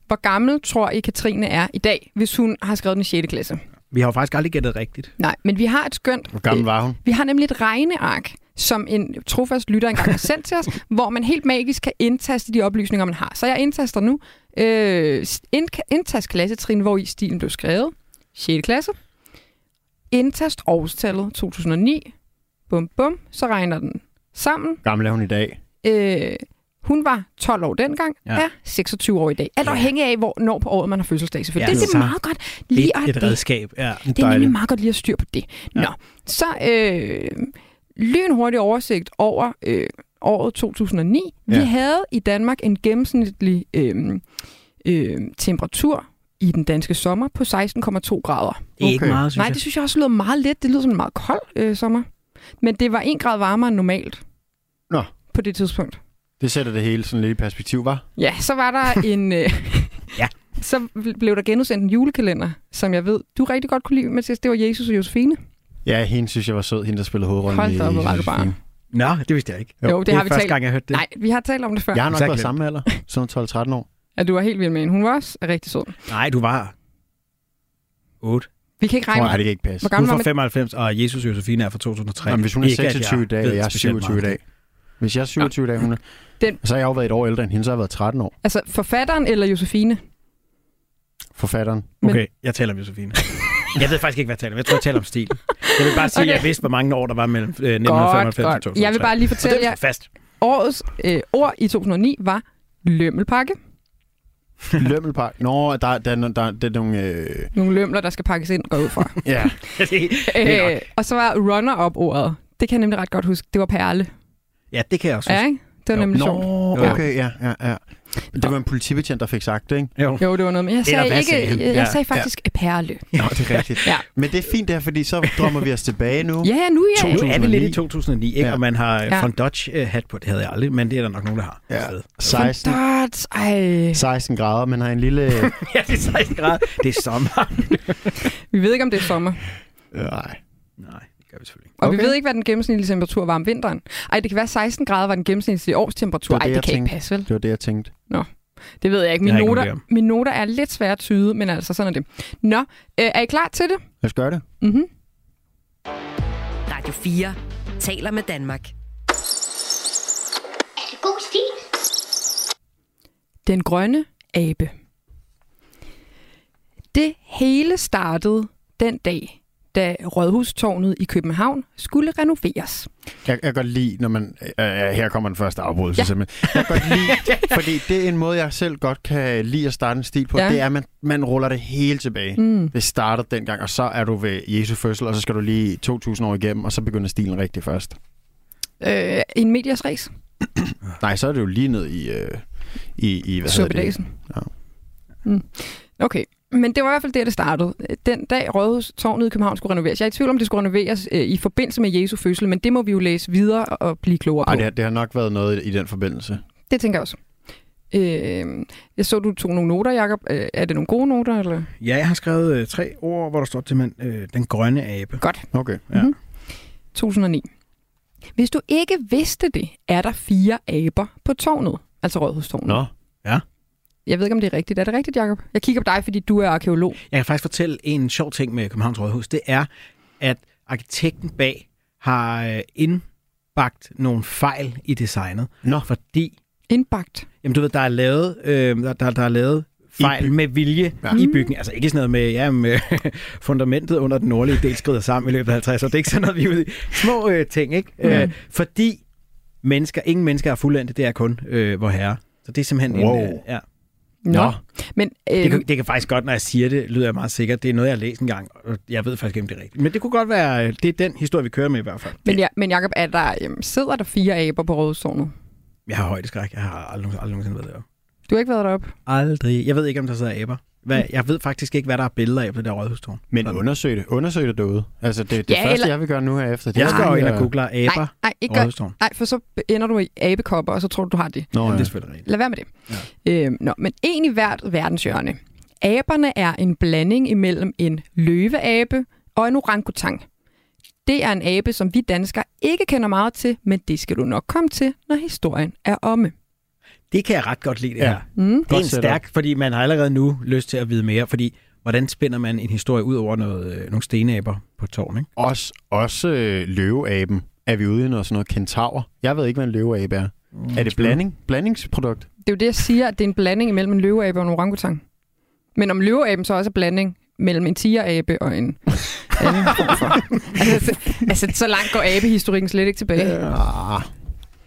F: hvor gammel tror I, Katrine er i dag, hvis hun har skrevet den i 6. klasse?
G: Vi har jo faktisk aldrig gættet rigtigt.
F: Nej, men vi har et skønt...
E: Hvor gammel
F: øh,
E: var hun?
F: vi har nemlig et regneark, som en trofast lytter engang har sendt til os, hvor man helt magisk kan indtaste de oplysninger, man har. Så jeg indtaster nu øh, ind- indtast klassetrin, hvor i stilen blev skrevet. 6. klasse. Indtast årstallet 2009. Bum, bum. Så regner den sammen.
E: Gammel er hun i dag.
F: Øh, hun var 12 år dengang,
G: Ja.
F: ja. er 26 år i dag. Alt
G: Ja.
F: afhængig af, hvor, når på året man har fødselsdag, selvfølgelig.
G: Ja,
F: Ja, det, det
G: så
F: er meget godt lige
G: Lidt
F: at
G: et
F: have det.
G: redskab. Ja.
F: Det er nemlig
E: Dejligt.
F: meget godt lige at have styr på det. Nå, så øh, lynhurtig oversigt over øh, året 2009. Vi
E: Ja.
F: havde i Danmark en gennemsnitlig øh, øh, temperatur i den danske sommer på 16,2 grader.
G: Det er ikke
E: Okay.
G: meget, synes
F: Nej, det synes jeg også lyder meget let. Det lyder som en meget kold øh, sommer. Men det var en grad varmere end normalt
E: Nå.
F: på det tidspunkt.
E: Det sætter det hele sådan lidt i perspektiv, var?
F: Ja, så var der en... Øh,
G: Ja.
F: Så blev der genudsendt en julekalender, som jeg ved, du rigtig godt kunne lide, Mathias. Det var Jesus og Josefine.
E: Ja, hende synes jeg var sød, hende der spillede hovedrollen
F: Hold
E: i
F: da op, hvor var du
E: Jesus'
F: bare.
E: film.
G: jeg. Nå, det vidste jeg ikke.
F: Jo, det
G: det
F: har vi
G: er første
F: talt-
G: gang, jeg hørte det.
F: Nej, vi har talt om det før.
E: Jeg har nok
G: Exakt.
E: været samme alder, sådan 12-13 år.
F: Ja, du var helt vild med hende. Hun var også rigtig sød.
G: Nej, du var 8.
F: Vi kan ikke regne.
E: Nej, det kan ikke passe.
F: Hvor
G: Du er
F: gammel var
G: fra
F: man?
G: 95, og Jesus Josefine er fra 2003.
E: Jamen, hvis hun er
G: Ikke, at
E: 26 i dag,
G: ved
E: og jeg er
G: specielt
E: 27 i
G: meget.
E: dag. Hvis jeg er 27 i dag, hun er,
F: Den-
E: så har jeg jo været et år ældre end hende, så har jeg været 13 år.
F: Altså, forfatteren eller Josefine?
E: Forfatteren.
F: Men-
G: Okay, jeg taler om Josefine. jeg ved faktisk ikke, hvad jeg taler om. Jeg tror, jeg taler om stil. Jeg vil bare sige, okay.
F: Okay.
G: at jeg vidste, hvor mange år der var mellem øh, 1995 og 2003.
F: Jeg vil bare lige
G: Og
F: fortælle
G: det
F: jer,
G: er fast.
F: årets øh, ord i 2009 var lømmelpakke.
E: Lømmelpark. Nå, der, der, der, der, der er nogle... Øh,
F: Nogle lømler, der skal pakkes ind, går jeg ud fra.
E: ja.
G: det,
F: øh, og så var runner-up-ordet. Det kan jeg nemlig ret godt huske. Det var Perle.
G: Ja, det kan jeg også
F: Ja,
G: huske.
F: ikke? Det var nemlig sjovt.
E: Nå,
G: Ja.
E: okay, ja, ja, ja. Men Det var en politibetjent, der fik sagt det, ikke?
G: Jo.
F: Jo, det var noget med... Jeg
G: Eller
F: sagde,
G: hvad
F: ikke,
G: sagde han?
F: jeg, jeg
E: Ja,
F: sagde
E: ja.
F: faktisk ja. Perle.
E: Nå, det er rigtigt.
F: Ja.
E: Men det er fint der, fordi så drømmer vi os tilbage nu.
F: Ja, nu er jeg...
G: Nu er det lidt
E: 2009.
G: i 2009, ikke?
E: Ja.
G: Ja. og man har ja.
F: Ja.
G: von Dodge øh, hat på. Det havde jeg aldrig, men det er der nok nogen, der har.
E: Ja.
G: Sted.
E: 16,
F: Dots, ej.
E: 16 grader, men har en lille...
G: ja, det er 16 grader. Det er sommer.
F: Vi ved ikke, om det er sommer.
E: Nej.
G: Nej, det gør vi selvfølgelig
F: Og okay. vi
E: Okay.
F: ved ikke, hvad den gennemsnitlige temperatur var om vinteren. Ej, det kan være 16 grader var den gennemsnitlige årstemperatur.
E: Det var
F: Ej,
E: det,
F: det
E: jeg
F: kan ikke
E: tænkte.
F: passe, vel?
E: Det var det, jeg tænkte.
F: Det ved jeg ikke.
G: Det har jeg
F: Mine,
G: ikke
F: noter,
G: nogen idé
F: mine noter er lidt svære at tyde, men altså, sådan er det. Nå, øh, er I klar til det?
E: Lad os gøre det.
F: Mm-hmm.
B: Radio 4 taler med Danmark.
D: Er det god stil?
F: Den grønne abe. Det hele startede den dag, da Rådhustårnet i København skulle renoveres.
E: Jeg, jeg kan godt lide, når man... Øh, øh, her kommer den første afbrydelse, ja.
F: Ja.
E: simpelthen. Jeg kan godt lide, fordi det er en måde, jeg selv godt kan lide at starte en stil på. Ja.
F: Ja.
E: Det er, at man, man ruller det hele tilbage. Mm. Det starter dengang, og så er du ved Jesu fødsel, og så skal du lige 2.000 år igennem, og så begynder stilen rigtig først.
F: Øh, en medias race.
E: Nej, så er det jo lige ned i... Øh, i, i hvad hedder det?
F: Suppedasen.
E: Ja.
F: Mm. Okay, men det var i hvert fald der, det startede. Den dag Rådhustårnet i København skulle renoveres. Jeg er i tvivl om, det skulle renoveres øh, i forbindelse med Jesu fødsel, men det må vi jo læse videre og blive klogere på.
E: Ej, det, har- det har nok været noget i den forbindelse.
F: Det tænker jeg også. Øh, jeg så, du tog nogle noter, Jacob. Øh, er det nogle gode noter? Eller?
G: Ja, jeg har skrevet øh, tre ord, hvor der står til man, øh, den grønne abe.
F: Godt.
E: Okay, ja.
F: Mhm. 2009. Hvis du ikke vidste det, er der fire aber på tårnet. Altså Rådhustårnet.
E: Nå.
F: Jeg ved ikke, om det er rigtigt. Er det rigtigt, Jacob? Jeg kigger på dig, fordi du er arkeolog.
G: Jeg kan faktisk fortælle en sjov ting med Københavns Rådhus. Det er, at arkitekten bag har øh, indbagt nogle fejl i designet.
E: Nå.
G: Fordi,
F: Indbagt.
G: jamen du ved, der er lavet, øh, der, der, der er lavet fejl
E: byg-
G: med vilje
E: Ja. Mm.
G: ja. i bygningen. Altså ikke sådan noget med, ja, med fundamentet under den nordlige del skrider sammen i løbet af 50 år. Det er ikke sådan noget, vi er ude i. Små øh, ting, ikke? Mm. Øh, fordi mennesker, ingen mennesker er fuldendt, det er kun øh, vor herre. Så det er simpelthen
E: Wow.
G: en... Øh, ja.
E: Nå.
F: Men, øh,
G: Det kan, det kan faktisk godt, når jeg siger det, lyder jeg meget sikkert. Det er noget, jeg har læst engang, og jeg ved faktisk ikke, om det er rigtigt. Men det kunne godt være, øh, det er den historie, vi kører med i hvert fald.
F: men, ja, men Jacob, er der, jamen, sidder der fire aber på Rådhustårnet?
G: Jeg har højdeskræk. Jeg har aldrig, aldrig nogensinde været deroppe.
F: Du har ikke været deroppe?
G: Aldrig. Jeg ved ikke, om der sidder aber. Hvad, jeg ved faktisk ikke, hvad der er billeder af på det der rådhustårn.
E: Men undersøg det. Undersøg det derude. Altså, det, det
F: Ja,
E: første,
F: eller-
E: jeg vil gøre nu her efter, det
G: Jeg
E: er
G: skal jo
E: lige
G: ind
E: at-
G: og google aber.
F: Nej, nej, ikke gør,
G: Rådhustårn.
F: nej, for så ender du i abekopper, og så tror du, du har det.
E: Nå,
G: Jamen, det
E: ja.
G: er selvfølgelig rigtigt.
F: Lad være med det. Ja. Øhm, nå, men en i hvert verdenshjørne. Aberne er en blanding imellem en løveabe og en orangutang. Det er en abe, som vi danskere ikke kender meget til, men det skal du nok komme til, når historien er omme.
G: Det kan jeg ret godt lide, det
E: Ja.
G: ja. her.
F: Mm.
G: Det er
E: Godt
G: en
E: setup.
G: stærk, fordi man har allerede nu lyst til at vide mere, fordi hvordan spænder man en historie ud over noget, øh, nogle stenaber på tårn, ikke?
E: Også, også øh, løveaben. Er vi ude i noget sådan noget kentaur? Jeg ved ikke, hvad en løveabe er. Mm, er det blanding? Blandingsprodukt?
F: Det er jo det, jeg siger, at det er en blanding imellem en løveabe og en orangutang. Men om løveaben så også er blanding mellem en tigerabe og en anden form for. Altså, så- altså, så langt går abehistorikken slet ikke tilbage.
E: Ah.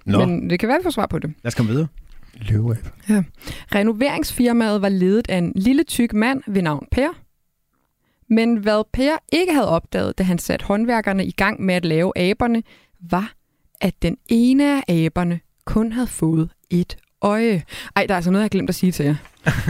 E: Nå, Men...
F: Men det kan være, at vi får svar på det.
G: Lad os komme videre.
E: løveabe.
F: Renoveringsfirmaet var ledet af en lille tyk mand ved navn Per. Men hvad Per ikke havde opdaget, da han satte håndværkerne i gang med at lave aberne, var, at den ene af aberne kun havde fået et øje. Ej, der er altså noget, jeg har glemt at sige til jer.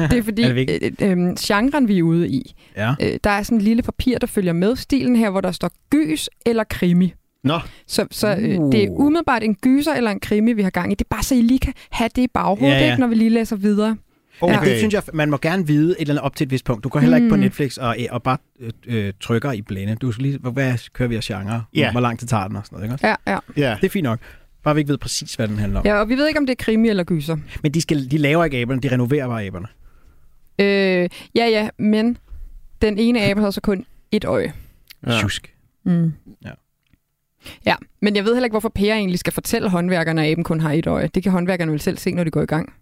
F: Det er fordi,
G: Er det
F: øh,
G: vigtigt?
F: øh, genren vi er ude i,
G: Ja.
F: øh, der er sådan en lille papir, der følger med stilen her, hvor der står gys eller krimi.
E: Nå.
F: Så, så øh, det er
G: Uh.
F: umiddelbart en gyser eller en krimi, vi har gang i. Det er bare så, I lige kan have det i baghovedet,
G: Ja, ja.
F: Ikke, når vi lige læser videre.
G: Okay.
E: Okay.
G: Ja, det synes jeg, man må gerne vide et eller andet op til et vist punkt. Du går heller mm. ikke på Netflix og, og bare øh, øh, trykker i blinde. Du skal lige, hvor- hvad kører vi af genre?
E: Ja.
G: Hvor lang tid tager den og sådan noget, ikke? også?
F: Ja, ja.
E: Ja.
G: Det er fint nok. Bare vi ikke ved præcis, hvad den handler om. Ja.
F: ja, og vi ved ikke, om det er krimi eller gyser.
G: Men de, skal, de laver ikke aberne, de renoverer bare aberne.
F: Øh, ja, ja, men den ene abe havde så kun et øje.
E: Ja.
G: Ja. Tjusk.
F: Mm.
G: Ja.
F: Ja, men jeg ved heller ikke, hvorfor Per egentlig skal fortælle håndværkerne, at aben kun har et øje. Det kan håndværkerne vel selv se, når de går i gang.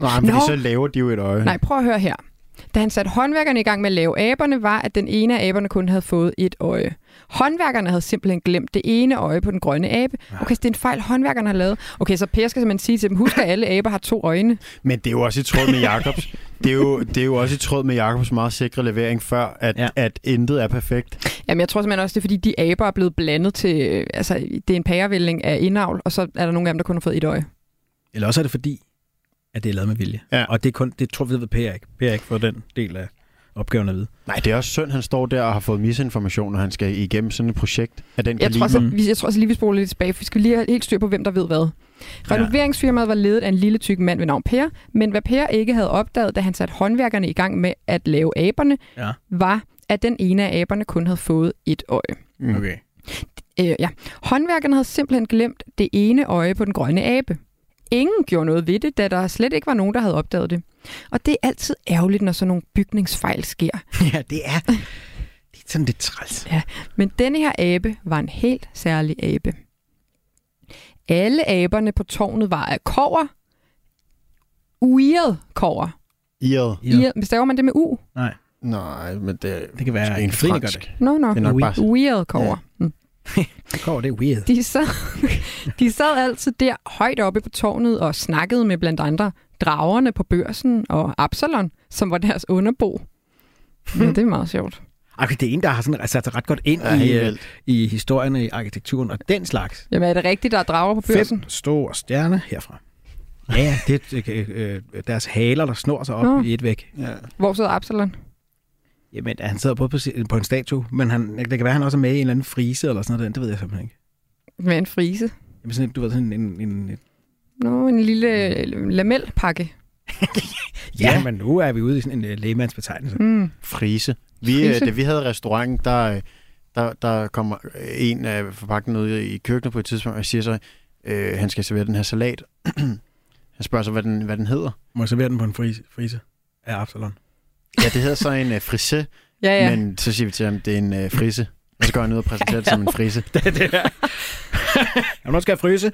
E: Nej, men
F: Nå.
E: fordi så laver de jo et øje.
F: Nej, prøv at høre her. Da han satte håndværkerne i gang med at lave aberne, var, at den ene af aberne kun havde fået et øje. Håndværkerne havde simpelthen glemt det ene øje på den grønne abe. Okay, så det er en fejl, håndværkerne har lavet. Okay, så Per skal simpelthen sige til dem, husk at alle aber har to øjne.
E: Men det er jo også i tråd med Jacobs. det, er jo, det er jo også i tråd med Jacobs meget sikre levering før, at,
G: Ja.
E: ja. at intet er perfekt.
F: Jamen, jeg tror simpelthen også, det er fordi, de aber er blevet blandet til... øh, Altså, det er en pærevælling af indavl, og så er der nogle af dem, der kun har fået et øje.
G: Eller også er det fordi, at det er lavet med vilje.
E: Ja.
G: Og det, er kun, det tror vi ved Per ikke. Per har ikke fået den del af opgaven at vide.
E: Nej, det er også synd, han står der og har fået misinformation, når han skal igennem sådan et projekt af den
F: Jeg tror,
E: kaliber.
F: også, at vi, jeg tror også lige, vi spoler lidt tilbage, for vi skal lige have helt styr på, hvem der ved hvad. Renoveringsfirmaet var ledet af en lille tyk mand ved navn Per, men hvad Per ikke havde opdaget, da han satte håndværkerne i gang med at lave aberne,
G: Ja.
F: var, at den ene af aberne kun havde fået et øje.
E: Mm.
G: Okay.
F: Øh, ja. Håndværkerne havde simpelthen glemt det ene øje på den grønne abe. Ingen gjorde noget ved det, da der slet ikke var nogen, der havde opdaget det. Og det er altid ærgerligt, når sådan nogle bygningsfejl sker.
G: ja, det er, det er sådan lidt træls.
F: Men denne her abe var en helt særlig abe. Alle aberne på tårnet var af kover. Uiret kover.
E: Irret.
G: Ja.
F: Ja. Staver man det med u?
E: Nej, men det,
G: Det kan være,
E: Måske en
G: Katrine gør
E: fransk.
G: det.
F: No, no.
E: det er nok
G: Ui.
E: bare...
F: Uiret kover. Mm.
G: Det går, det er weird.
F: De sad, de sad altid der højt oppe på tårnet og snakkede med blandt andre dragerne på børsen og Absalon, som var deres underbo. Ja, det er meget sjovt.
G: Okay, det er en, der har sådan, sat sig ret godt ind
E: Ja,
G: i,
E: helt
G: øh,
E: vildt.
G: i historierne, i arkitekturen og den slags.
F: Jamen, er det rigtigt, der er drager på børsen?
G: Fem store stjerner herfra. Ja, ja, det er øh, øh, deres haler, der snor sig op
F: Nå.
G: i et væk.
E: Ja.
F: Hvor sidder Absalon?
G: Jamen, han sidder både på, si- på en statue, men han, det kan være, han også er med i en eller anden frise eller sådan noget. Det ved jeg simpelthen ikke.
F: Med en frise.
G: Jamen, sådan, en- du ved, sådan en... en, en
F: Nå, en lille øh, lamelpakke.
G: ja. ja, men nu er vi ude i sådan en uh, lægemandsbetegnelse.
F: Mm.
E: Frise. Vi,
F: Frise?
E: frise. Da vi havde restaurant, der, øh, der, der kommer en af forpagten ud i køkkenet på et tidspunkt og siger så, øh, han skal servere den her salat. han spørger så, hvad den, hvad den hedder.
G: Må jeg servere den på en frise, frise af Absalon?
E: Ja, det hedder så en øh, frise,
F: Ja, ja.
E: ja. men så siger vi til ham, det er en øh, frise. Og så går han ud og præsenterer det som en frise.
G: Jamen, nu skal jeg fryse.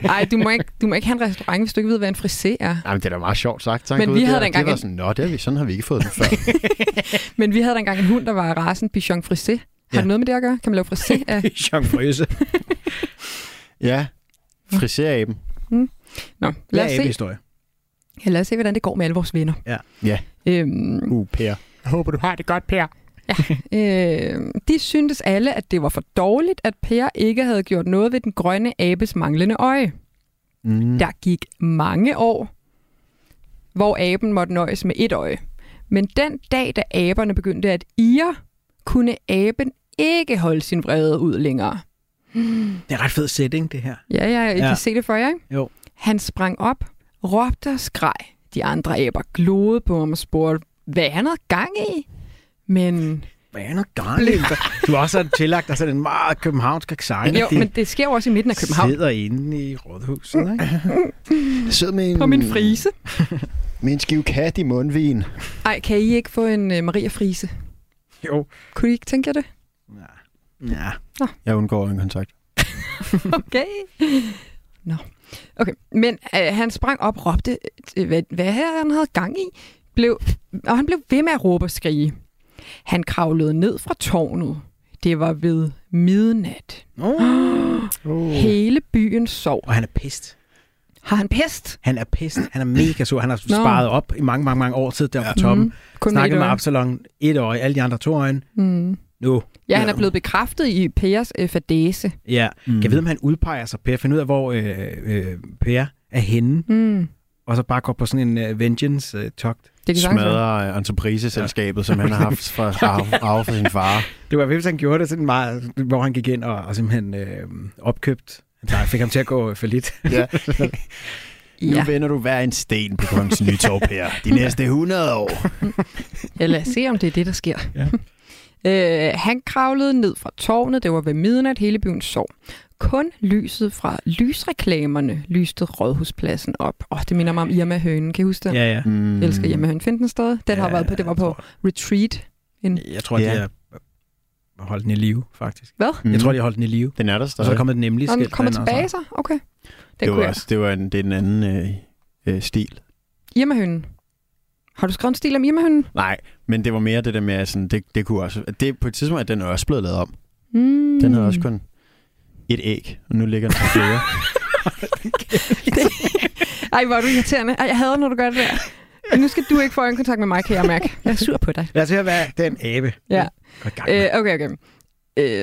F: Ej, du må, ikke, du må ikke have en restaurant, hvis du ikke ved, hvad en frisé er.
E: Jamen, det er da meget sjovt sagt. Så han
F: Men
E: går
F: vi
E: ud
F: havde
E: der,
F: da
E: og
F: engang
E: Det var
F: en-
E: sådan, nå, det har vi, sådan har vi ikke fået den før.
F: Men vi havde da engang en hund, der var af racen Bichon Frisé. Har
G: Ja.
F: det noget med det at gøre? Kan man lave frisé af?
G: Jean Fryse.
E: ja, frisereaben.
F: Nå,
G: Lad
F: lad os, se.
G: historie.
F: Ja, lad os se, hvordan det går med alle vores venner.
G: Ja.
E: Ja.
F: Øhm,
E: Uh, Per. Jeg håber, du har det godt, Per.
F: øh, de syntes alle, at det var for dårligt, at Per ikke havde gjort noget ved den grønne abes manglende øje.
E: Mm.
F: Der gik mange år, hvor aben måtte nøjes med et øje. Men den dag, da aberne begyndte at ire, kunne aben ikke holde sin vrede ud længere.
G: Det er ret fed setting, det her.
F: Ja, ja, jeg ja.
G: Ja.
F: kan se det for jer, ikke?
G: Jo.
F: Han sprang op, råbte og skreg. De andre aber glodede på ham og spurgte, hvad han havde gang i. Men
G: Hvad er noget garligt? Du har også sådan tillagt dig sådan en meget københavnsk accent.
F: jo, men det sker jo også i midten af København.
G: sidder inde i rådhuset, ikke?
E: Jeg sidder med en,
F: På min frise.
E: med en skive kat i mundvin.
F: Ej, kan I ikke få en uh, Maria Frise?
G: Jo.
F: Kunne I ikke tænke jer det?
G: Ja. ja.
E: Jeg undgår en kontakt.
F: Okay. Nå. Okay, men øh, han sprang op, råbte, øh, hvad, hvad han havde gang i, blev, og han blev ved med at råbe og skrige. Han kravlede ned fra tårnet. Det var ved midnat.
G: Oh.
F: Hele byen sov.
G: Og han er pist.
F: Har han pest?
G: Han er pist. Han er mega sur. Han har sparet op i mange, mange, mange år tid der på toppen. Mm.
F: Mm-hmm. Kun
G: Snakket med
F: øje.
G: Absalon. Et øje. Alle de andre to øjne.
F: Mm.
G: Nu.
F: Ja, han er blevet bekræftet i Pers øh, fadese.
G: Ja. Mm. Kan jeg vide, om han udpeger sig, Per? Find ud af, hvor øh, øh, Per er henne.
F: Mm.
G: Og så bare går på sådan en øh, vengeance-togt.
F: Det kan sagtens være.
E: Smadrer øh, entrepriseselskabet, som han har haft fra arv, arv fra sin far.
G: Det var hvis han gjorde det sådan meget, hvor han gik ind og, og simpelthen øh, opkøbt. Han fik ham til at gå for lidt.
E: Ja.
F: Ja.
E: vender du hver en sten på Kongens Nytorv, Per. De næste 100 år.
F: Ja, lad os se, om det er det, der sker. Ja. Øh, han kravlede ned fra tårnet. Det var ved midnat, hele byen sov. Kun lyset fra lysreklamerne lyste rådhuspladsen op. Åh, oh, det minder mig om Irma Hønen. Kan I huske den? Ja.
G: ja.
E: Mm.
F: Jeg elsker Irma Hønen. Find den stadig. Den ja, har været på, det var på retreat.
G: Jeg tror,
E: Ja.
G: de har holdt den i live, faktisk.
F: Hvad?
G: Mm. Jeg tror, de har holdt den i live.
E: Den er der
G: Og så
E: stadig.
G: er der kommet den nemlig
F: Når den kommer tilbage, så? Okay. Den
E: det,
F: kunne
E: var
F: jeg.
E: også, det var en, det er en anden øh, øh, stil.
F: Irma Hønen. Har du skrevet en stil om Irma Hønen?
E: Nej, men det var mere det der med, at sådan, det, det kunne også... Det, på et tidspunkt er den også blevet lavet om. Mm.
F: Mm.
E: Den havde også kun et æg, og nu ligger den på flere.
F: Ej, hvor er du irriterende. Ej, jeg hader, når du gør det der. Nu skal du ikke få øjenkontakt med mig, kan jeg mærke. Jeg er sur på dig.
G: Lad os høre, hvad den abe.
F: Ja.
G: Gå i gang med.
F: Øh, okay, okay.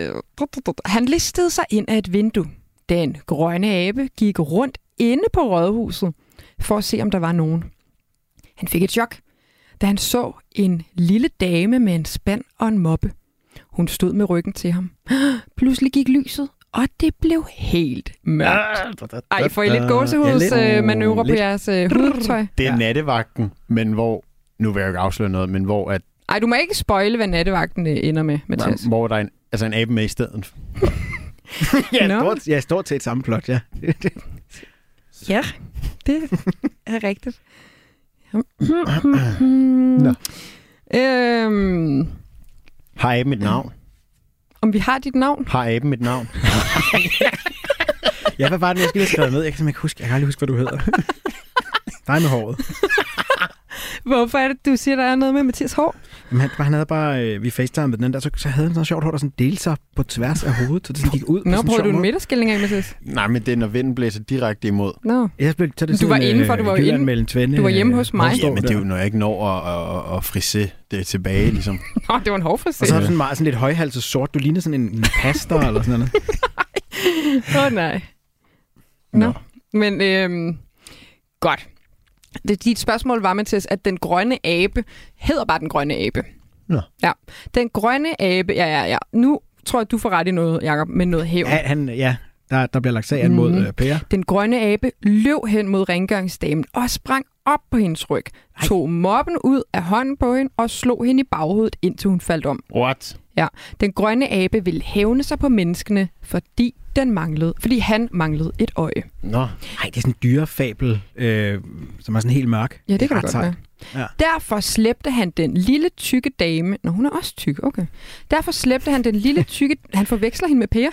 F: Øh, brup, brup, brup. han listede sig ind af et vindue. Den grønne abe gik rundt inde på rådhuset for at se, om der var nogen. Han fik et chok, da han så en lille dame med en spand og en moppe. Hun stod med ryggen til ham. Pludselig gik lyset, og det blev helt mørkt. Ej, får I lidt
G: Ja, Ah! lidt. uh,
F: gåsehudsmanøvre på
G: Lidt.
F: jeres øh, hudtøj?
E: Det er
G: Ja.
E: nattevagten, men hvor... Nu vil jeg jo ikke afsløre noget, men hvor, at,
F: Ej, du må ikke spoile, hvad nattevagten øh, ender med, Mathias.
E: hvor der er en, altså en abe med i stedet.
G: ja,
F: Nå.
G: stort, ja, stort set samme plot, ja.
F: Ja, det er rigtigt.
E: Nå.
F: øhm,
E: Har aben et navn?
F: om vi har dit navn?
E: Har aben et navn?
G: ja, hvad var det, jeg skulle have skrevet ned? Jeg kan simpelthen ikke huske. Jeg kan aldrig huske, hvad du hedder. Dig med håret.
F: Hvorfor er det, du siger, der er noget med Mathias Hår?
G: Men han, han havde bare, øh, vi facetimede den der, så, så havde han sådan noget sjovt hår, der sådan delte sig på tværs af hovedet, så det sådan gik ud. på
F: Nå,
G: sådan en
F: prøver
G: sjov
F: du en
G: måde.
F: midterskilling af, Mathias?
E: Nej, men det er, når vinden blæser direkte imod.
F: Nå.
G: Ja, så blev, så er det øh,
F: Du var indenfor, du var jo inde.
G: Mellem øh, tvende,
F: Du var hjemme hos mig. Ej.
E: Jamen, det er jo, når jeg ikke når at, at, at frise det tilbage, ligesom.
F: Nå, det var en
G: Og så
F: hårfrisør.
G: har du sådan meget sådan lidt højhalset sort. Du ligner sådan en, en pasta eller sådan noget.
F: Åh, oh, nej. Nå. Nå. Men, øhm, godt. Det, dit spørgsmål var, Mathias, at den grønne abe hedder bare den grønne abe.
E: Nå.
F: Ja. Den grønne abe, ja, ja, ja. Nu tror jeg, du får ret i noget, Jacob, med noget hævn.
G: Ja, han, ja der, der bliver lagt sag an mod
F: Mhm.
G: øh, Per.
F: Den grønne abe løb hen mod rengøringsdamen og sprang op på hendes ryg, tog mobben ud af hånden på hende og slog hende i baghovedet, indtil hun faldt om.
E: What?
F: Ja, den grønne abe ville hævne sig på menneskene, fordi den manglede, fordi han manglede et øje.
E: Nå.
G: Nej, det er sådan en dyrefabel, øh, som er sådan helt mørk.
F: Ja, det kan
G: Ret
F: det godt
G: sejt.
F: være.
G: Ja.
F: Ja. Derfor slæbte han den lille tykke dame... Nå, hun er også tyk, okay. Derfor slæbte han den lille tykke... Han forveksler hende med Per.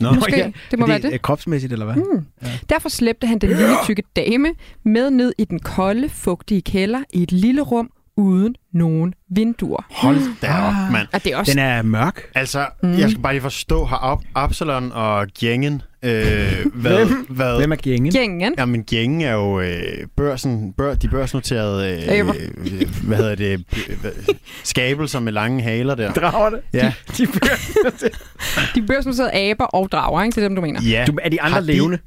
G: Nå,
F: Måske. Det må
G: Fordi,
F: være det.
G: øh, kropsmæssigt, eller hvad?
F: Mm. Derfor slæbte han den lille tykke dame med ned i den kolde, fugtige kælder i et lille rum uden nogen vinduer.
E: Hold da op, mand.
F: Og det er også...
G: Den er mørk.
E: Altså, mm. jeg skal bare lige forstå, har Ab- Absalon og Gjengen... Øh, hvad, hvad,
G: Hvem er gængen?
F: Gængen.
E: Jamen, Gjengen er jo øh, børsen, bør, de børsnoterede... Øh,
F: Aber.
E: øh, hvad hedder det? Øh, hvad- skabelser med lange haler der.
G: Drager det?
E: Ja.
G: De, bør-
F: De børsnoterede aber og drager, ikke? Det er dem, du mener.
E: ja.
G: du, er de andre
E: Har de-
G: levende?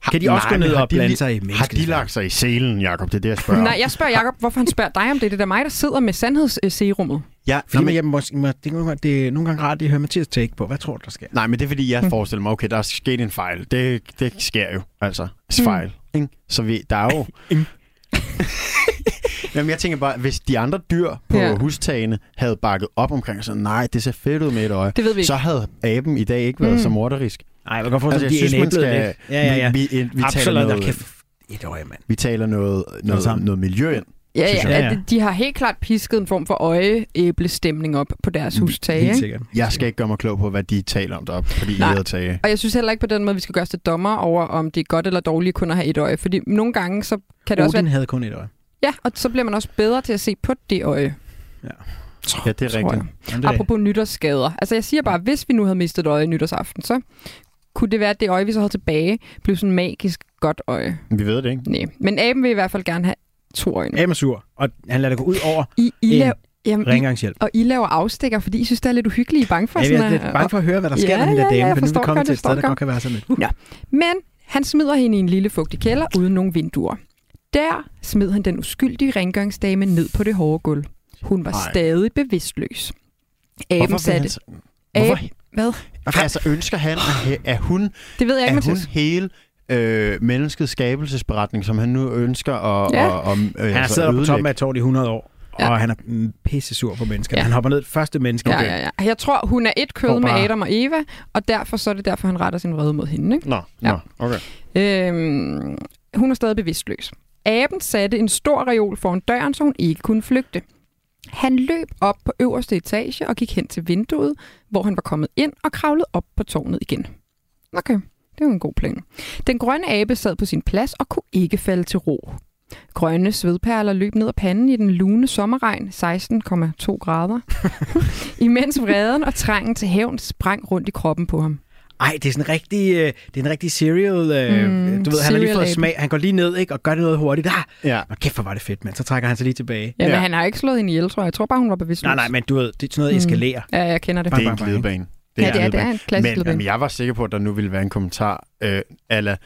E: Har-
G: Kan de også
E: Nej,
G: gå ned
E: men har
G: og
E: de
G: blande
E: li-
G: sig i
E: Har de
G: menneskenes verden?
E: lagt sig i selen, Jakob? Det er det, jeg spørger.
F: Nej, jeg spørger Jacob, hvorfor han spørger dig om det. Det er da mig, der sidder med sandhedsserummet.
E: ja,
G: Fordi
E: nej,
G: man,
E: men,
G: jeg måske, må, det, er nogle gange- det er nogle gange rart, at høre Mathias take på. Hvad tror du, der sker?
E: nej, men det er fordi, jeg forestiller mig, okay, der er sket en fejl. Det, det sker jo, altså. Fejl. Mm. Så vi, der er jo... Jamen, jeg tænker bare, hvis de andre dyr på
F: Ja.
E: ja. hustagene havde bakket op omkring sådan, nej, det ser fedt ud med et øje,
F: Det ved vi ikke.
E: så havde aben i dag ikke været mm. så morderisk.
G: Nej, jeg kan godt forstå,
E: Altså,
G: at
E: jeg
G: de er
E: synes, man skal...
G: enablet lidt. Ja, ja, ja.
E: Vi, vi, vi taler
G: Absolut, der
E: noget,
G: kan... Et øje, mand.
E: vi taler noget, noget,
G: sammen.
E: noget, noget miljø ind.
F: Ja,
E: synes
F: ja,
G: jeg.
F: ja, de har helt klart pisket en form for øjeæblestemning op på deres hustage.
G: Helt
F: Ikke?
G: sikkert.
E: Jeg skal ikke gøre mig klog på, hvad de taler om deroppe, fordi I
F: Nej.
E: havde tage.
F: Og jeg synes heller ikke på den måde, vi skal gøre os til dommer over, om det er godt eller dårligt kun at have et øje. Fordi nogle gange, så kan det også
G: Odin
F: være...
G: havde kun et øje.
F: Ja, og så bliver man også bedre til at se på det øje.
E: Ja, det er
F: tror
E: rigtigt.
F: jeg.
G: Jamen, det er-
F: Apropos nytårsskader. Altså jeg siger bare, hvis vi nu havde mistet et øje nytårsaften, så kunne det være, at det øje, vi så havde tilbage, blev sådan en magisk godt øje.
E: Vi ved det, ikke?
F: Nej. Men aben vil i hvert fald gerne have to øjne.
G: Am er sur, og han lader det gå ud over
F: I, I,
G: en
F: laver, jamen, I,
G: rengangshjælp.
F: og I laver afstikker, fordi I synes, det er lidt uhyggeligt. I er bange for
G: Ja,
F: sådan
G: jeg er lidt
F: at-
G: bange for at høre, hvad der sker,
F: Ja,
G: når den der
F: ja, ja,
G: dame,
F: jeg
G: for nu er vi
F: forstår
G: kommet
F: godt,
G: til
F: jeg
G: et sted, der
F: forstår
G: godt kan være sådan lidt.
F: Men han smider hende i en lille fugtig kælder uden nogen vinduer. Der smed han den uskyldige rengøringsdame ned på det hårde gulv. Hun var
E: Ej.
F: stadig bevidstløs. Aben
E: vil han
F: satte...
E: så-
F: Abe,
E: Hvorfor?
F: hvad?
E: Hvorfor? Altså, ønsker han, at, he- at hun,
F: Det ved jeg ikke,
E: at hun
F: Mathias.
E: hele øh, menneskets skabelsesberetning, som han nu ønsker at,
F: Ja.
E: ja. og, og, øh,
G: Han har
E: altså,
G: siddet på
E: ødelægge.
G: toppen af et tårn i 100 år,
F: Ja.
G: og han er mm, pisse sur på mennesker.
F: Ja.
G: Han hopper ned det første menneske.
F: Ja, ja, ja. Jeg tror, hun er et kød
G: Går
F: med
G: bare-
F: Adam og Eva, og derfor så er det derfor, han retter sin vrede mod hende. Ikke?
E: Nå,
F: Ja.
E: ja. nå, okay.
F: Øhm, hun er stadig bevidstløs. Aben satte en stor reol foran døren, så hun ikke kunne flygte. Han løb op på øverste etage og gik hen til vinduet, hvor han var kommet ind og kravlede op på tårnet igen. Okay, det var en god plan. Den grønne abe sad på sin plads og kunne ikke falde til ro. Grønne svedperler løb ned ad panden i den lune sommerregn, 16,2 grader, imens vreden og trangen til hævn sprang rundt i kroppen på ham.
G: Ej, det er sådan en rigtig, øh, det er en rigtig serial. Øh,
F: Mm,
G: mm, du ved, han har lige
F: serial
G: fået
F: ape.
G: smag. Han går lige ned ikke, og gør noget hurtigt. Ah,
E: Ja.
G: Nå, kæft, hvor var det fedt, mand. Så trækker han sig lige tilbage.
F: Ja, men
E: Ja.
F: han har ikke slået hende ihjel, tror jeg. Jeg tror bare, hun var bevidst.
G: Nej, nej, men du ved, det er sådan noget, eskalerer.
F: Ja, jeg kender det.
E: Det er en
G: Bang, bang,
E: glidebane.
F: Ja, det er- det er en klassisk
E: men,
F: glidebane.
E: men jeg var sikker på, at der nu ville være en kommentar, øh, ala,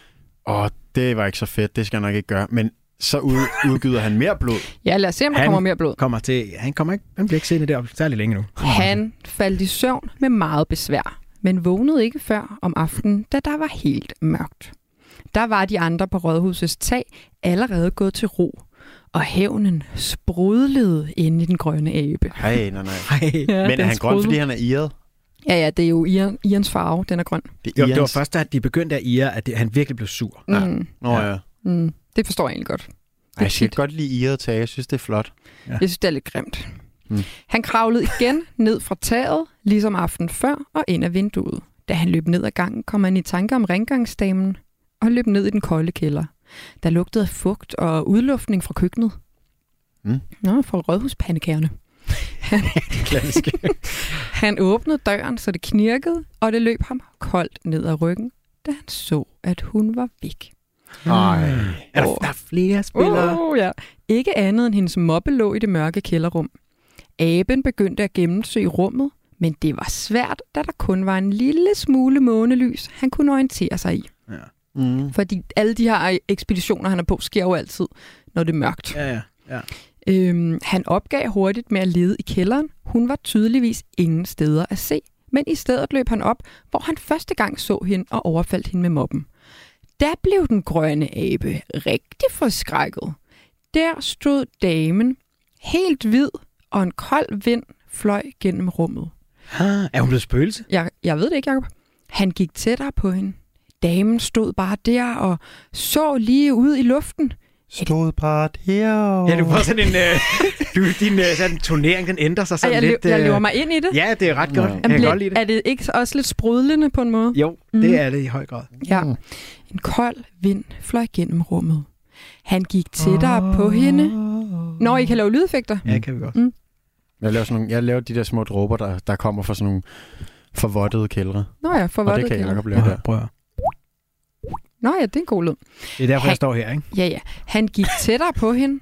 E: åh, det var ikke så fedt, det skal jeg nok ikke gøre. Men så ud, udgyder han mere blod.
F: Ja, lad os se, om der
G: Han-
F: kommer mere blod.
G: Kommer til, han, kommer ikke, han bliver ikke siddende deroppe særlig længe nu.
F: Han faldt i søvn med meget besvær, men vågnede ikke før om aftenen, da der var helt mørkt. Der var de andre på rådhusets tag allerede gået til ro, og hævnen sprudlede inde i den grønne abe.
E: Hej, nej, nej.
G: Ej.
F: Ja,
E: men er
F: den
E: han grøn,
F: sprudlede.
E: fordi han er irret?
F: Ja, ja, det er jo iren, irens farve, den er grøn.
E: Det
G: Jo,
E: er
G: det var
E: irens.
G: først, da de begyndte at ire, at det, han virkelig blev sur.
E: Ja.
F: Mm,
E: Nå, ja.
F: mm, det forstår jeg egentlig godt.
E: Ej, jeg kan godt lide irret tage, jeg synes, det er flot.
F: Jeg synes, det er lidt grimt.
E: Mm.
F: Han kravlede igen ned fra taget, ligesom aften før, og ind ad vinduet. Da han løb ned ad gangen, kom han i tanke om rengangsdamen og løb ned i den kolde kælder. Der lugtede af fugt og udluftning fra køkkenet.
E: Mm.
F: Nå, fra rådhuspandekagerne.
G: Klassisk.
F: Han åbnede døren, så det knirkede, og det løb ham koldt ned ad ryggen, da han så, at hun var væk.
E: Ej.
G: er der, der er flere spillere?
F: Uh, ja. Ikke andet end hendes moppe lå i det mørke kælderrum. Aben begyndte at gennemsøge rummet, men det var svært, da der kun var en lille smule månelys, han kunne orientere sig i.
E: Mm.
F: Fordi alle de her ekspeditioner, han er på, sker jo altid, når det er mørkt.
G: Ja, ja.
F: Øhm, han opgav hurtigt med at lede i kælderen. Hun var tydeligvis ingen steder at se, men i stedet løb han op, hvor han første gang så hende og overfaldt hende med mobben. Der blev den grønne abe rigtig forskrækket. Der stod damen, helt hvid, og en kold vind fløj gennem rummet.
G: Ah, Er hun blevet spøgelse?
F: Jeg, jeg ved det ikke, Jacob. Han gik tættere på hende. Damen stod bare der og så lige ud i luften.
E: Stod bare her.
G: Ja, du får sådan en, øh, du, din øh, sådan turnering, den ændrer sig
F: Ej,
G: sådan
F: jeg,
G: lidt.
F: lø- jeg
G: øh,
F: lever mig ind i det.
G: Ja, det er ret godt.
E: Nå.
G: Jeg kan
F: Jamen,
G: godt lide det.
F: Er det ikke også lidt sprudlende på en måde?
G: Jo, det
F: Mm.
G: er det i høj grad.
F: Ja. En kold vind fløj gennem rummet. Han gik tættere på hende. Nå, I kan lave lydeffekter.
G: Ja, det kan vi godt.
E: Jeg laver, sådan nogle, jeg laver de der små dråber, der, der kommer fra sådan nogle forvottede kældre.
F: Nå ja, for
E: Og det
F: voldet
E: kan jeg
F: kælder.
E: godt lave der.
G: prøv at-
F: Nå ja, det er en god lyd.
G: Det er derfor, jeg
F: Han-
G: står her, ikke?
F: Ja, ja. Han gik tættere på hende.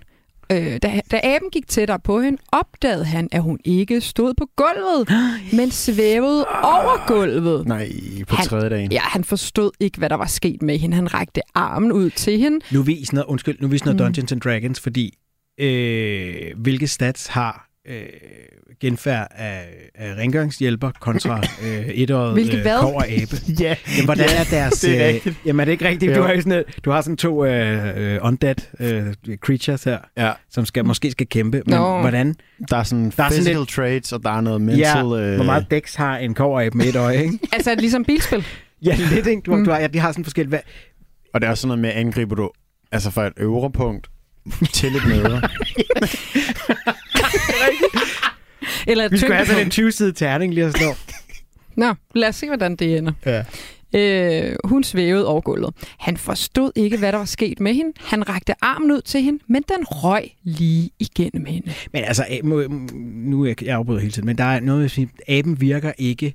F: Øh, da, da aben gik tættere på hende, opdagede han, at hun ikke stod på gulvet, men svævede over gulvet.
E: Nej, på
F: Han-
E: tredje dagen.
F: Ja, han forstod ikke, hvad der var sket med hende. Han rakte armen ud til hende.
G: Nu er vi i sådan noget, undskyld, nu er vi i sådan noget
F: Mm.
G: Dungeons and Dragons, fordi øh, hvilke stats har øh, genfærd af, af rengøringshjælper kontra øh, etåret
F: Hvilke
G: øh,
F: hvad?
G: kov og abe?
E: Ja,
G: Jamen, hvordan er deres...
E: det er rigtigt.
G: Øh, jamen, er det ikke rigtigt? Du
E: Jo.
G: har, jo sådan, noget- du har sådan to øh, øh, undead øh, creatures her,
E: ja.
G: som skal, måske skal kæmpe, men
F: Nå.
G: hvordan...
E: Der er sådan
G: Der er sådan
E: physical traits, og der er noget mental... øh,
G: hvor meget dex har en kov og abe med et øje, ikke?
F: Altså, ligesom bilspil.
G: Ja, lidt, ikke? Du, har- du har, ja, de har sådan forskellige... Hvad,
E: Og det er også sådan noget med, at angriber du altså fra et øvre punkt til et nedre.
F: Eller et
G: vi skulle have sådan en
F: tyngdepunkt.
G: 20-side terning lige at slå.
F: Nå, lad os se, hvordan det ender.
G: Ja.
F: Øh, hun svævede over gulvet. Han forstod ikke, hvad der var sket med hende. Han rakte armen ud til hende, men den røg lige igennem hende.
G: Men altså, a- må- m- nu er jeg, jeg afbryder hele tiden, men der er noget, jeg vil sige, aben virker ikke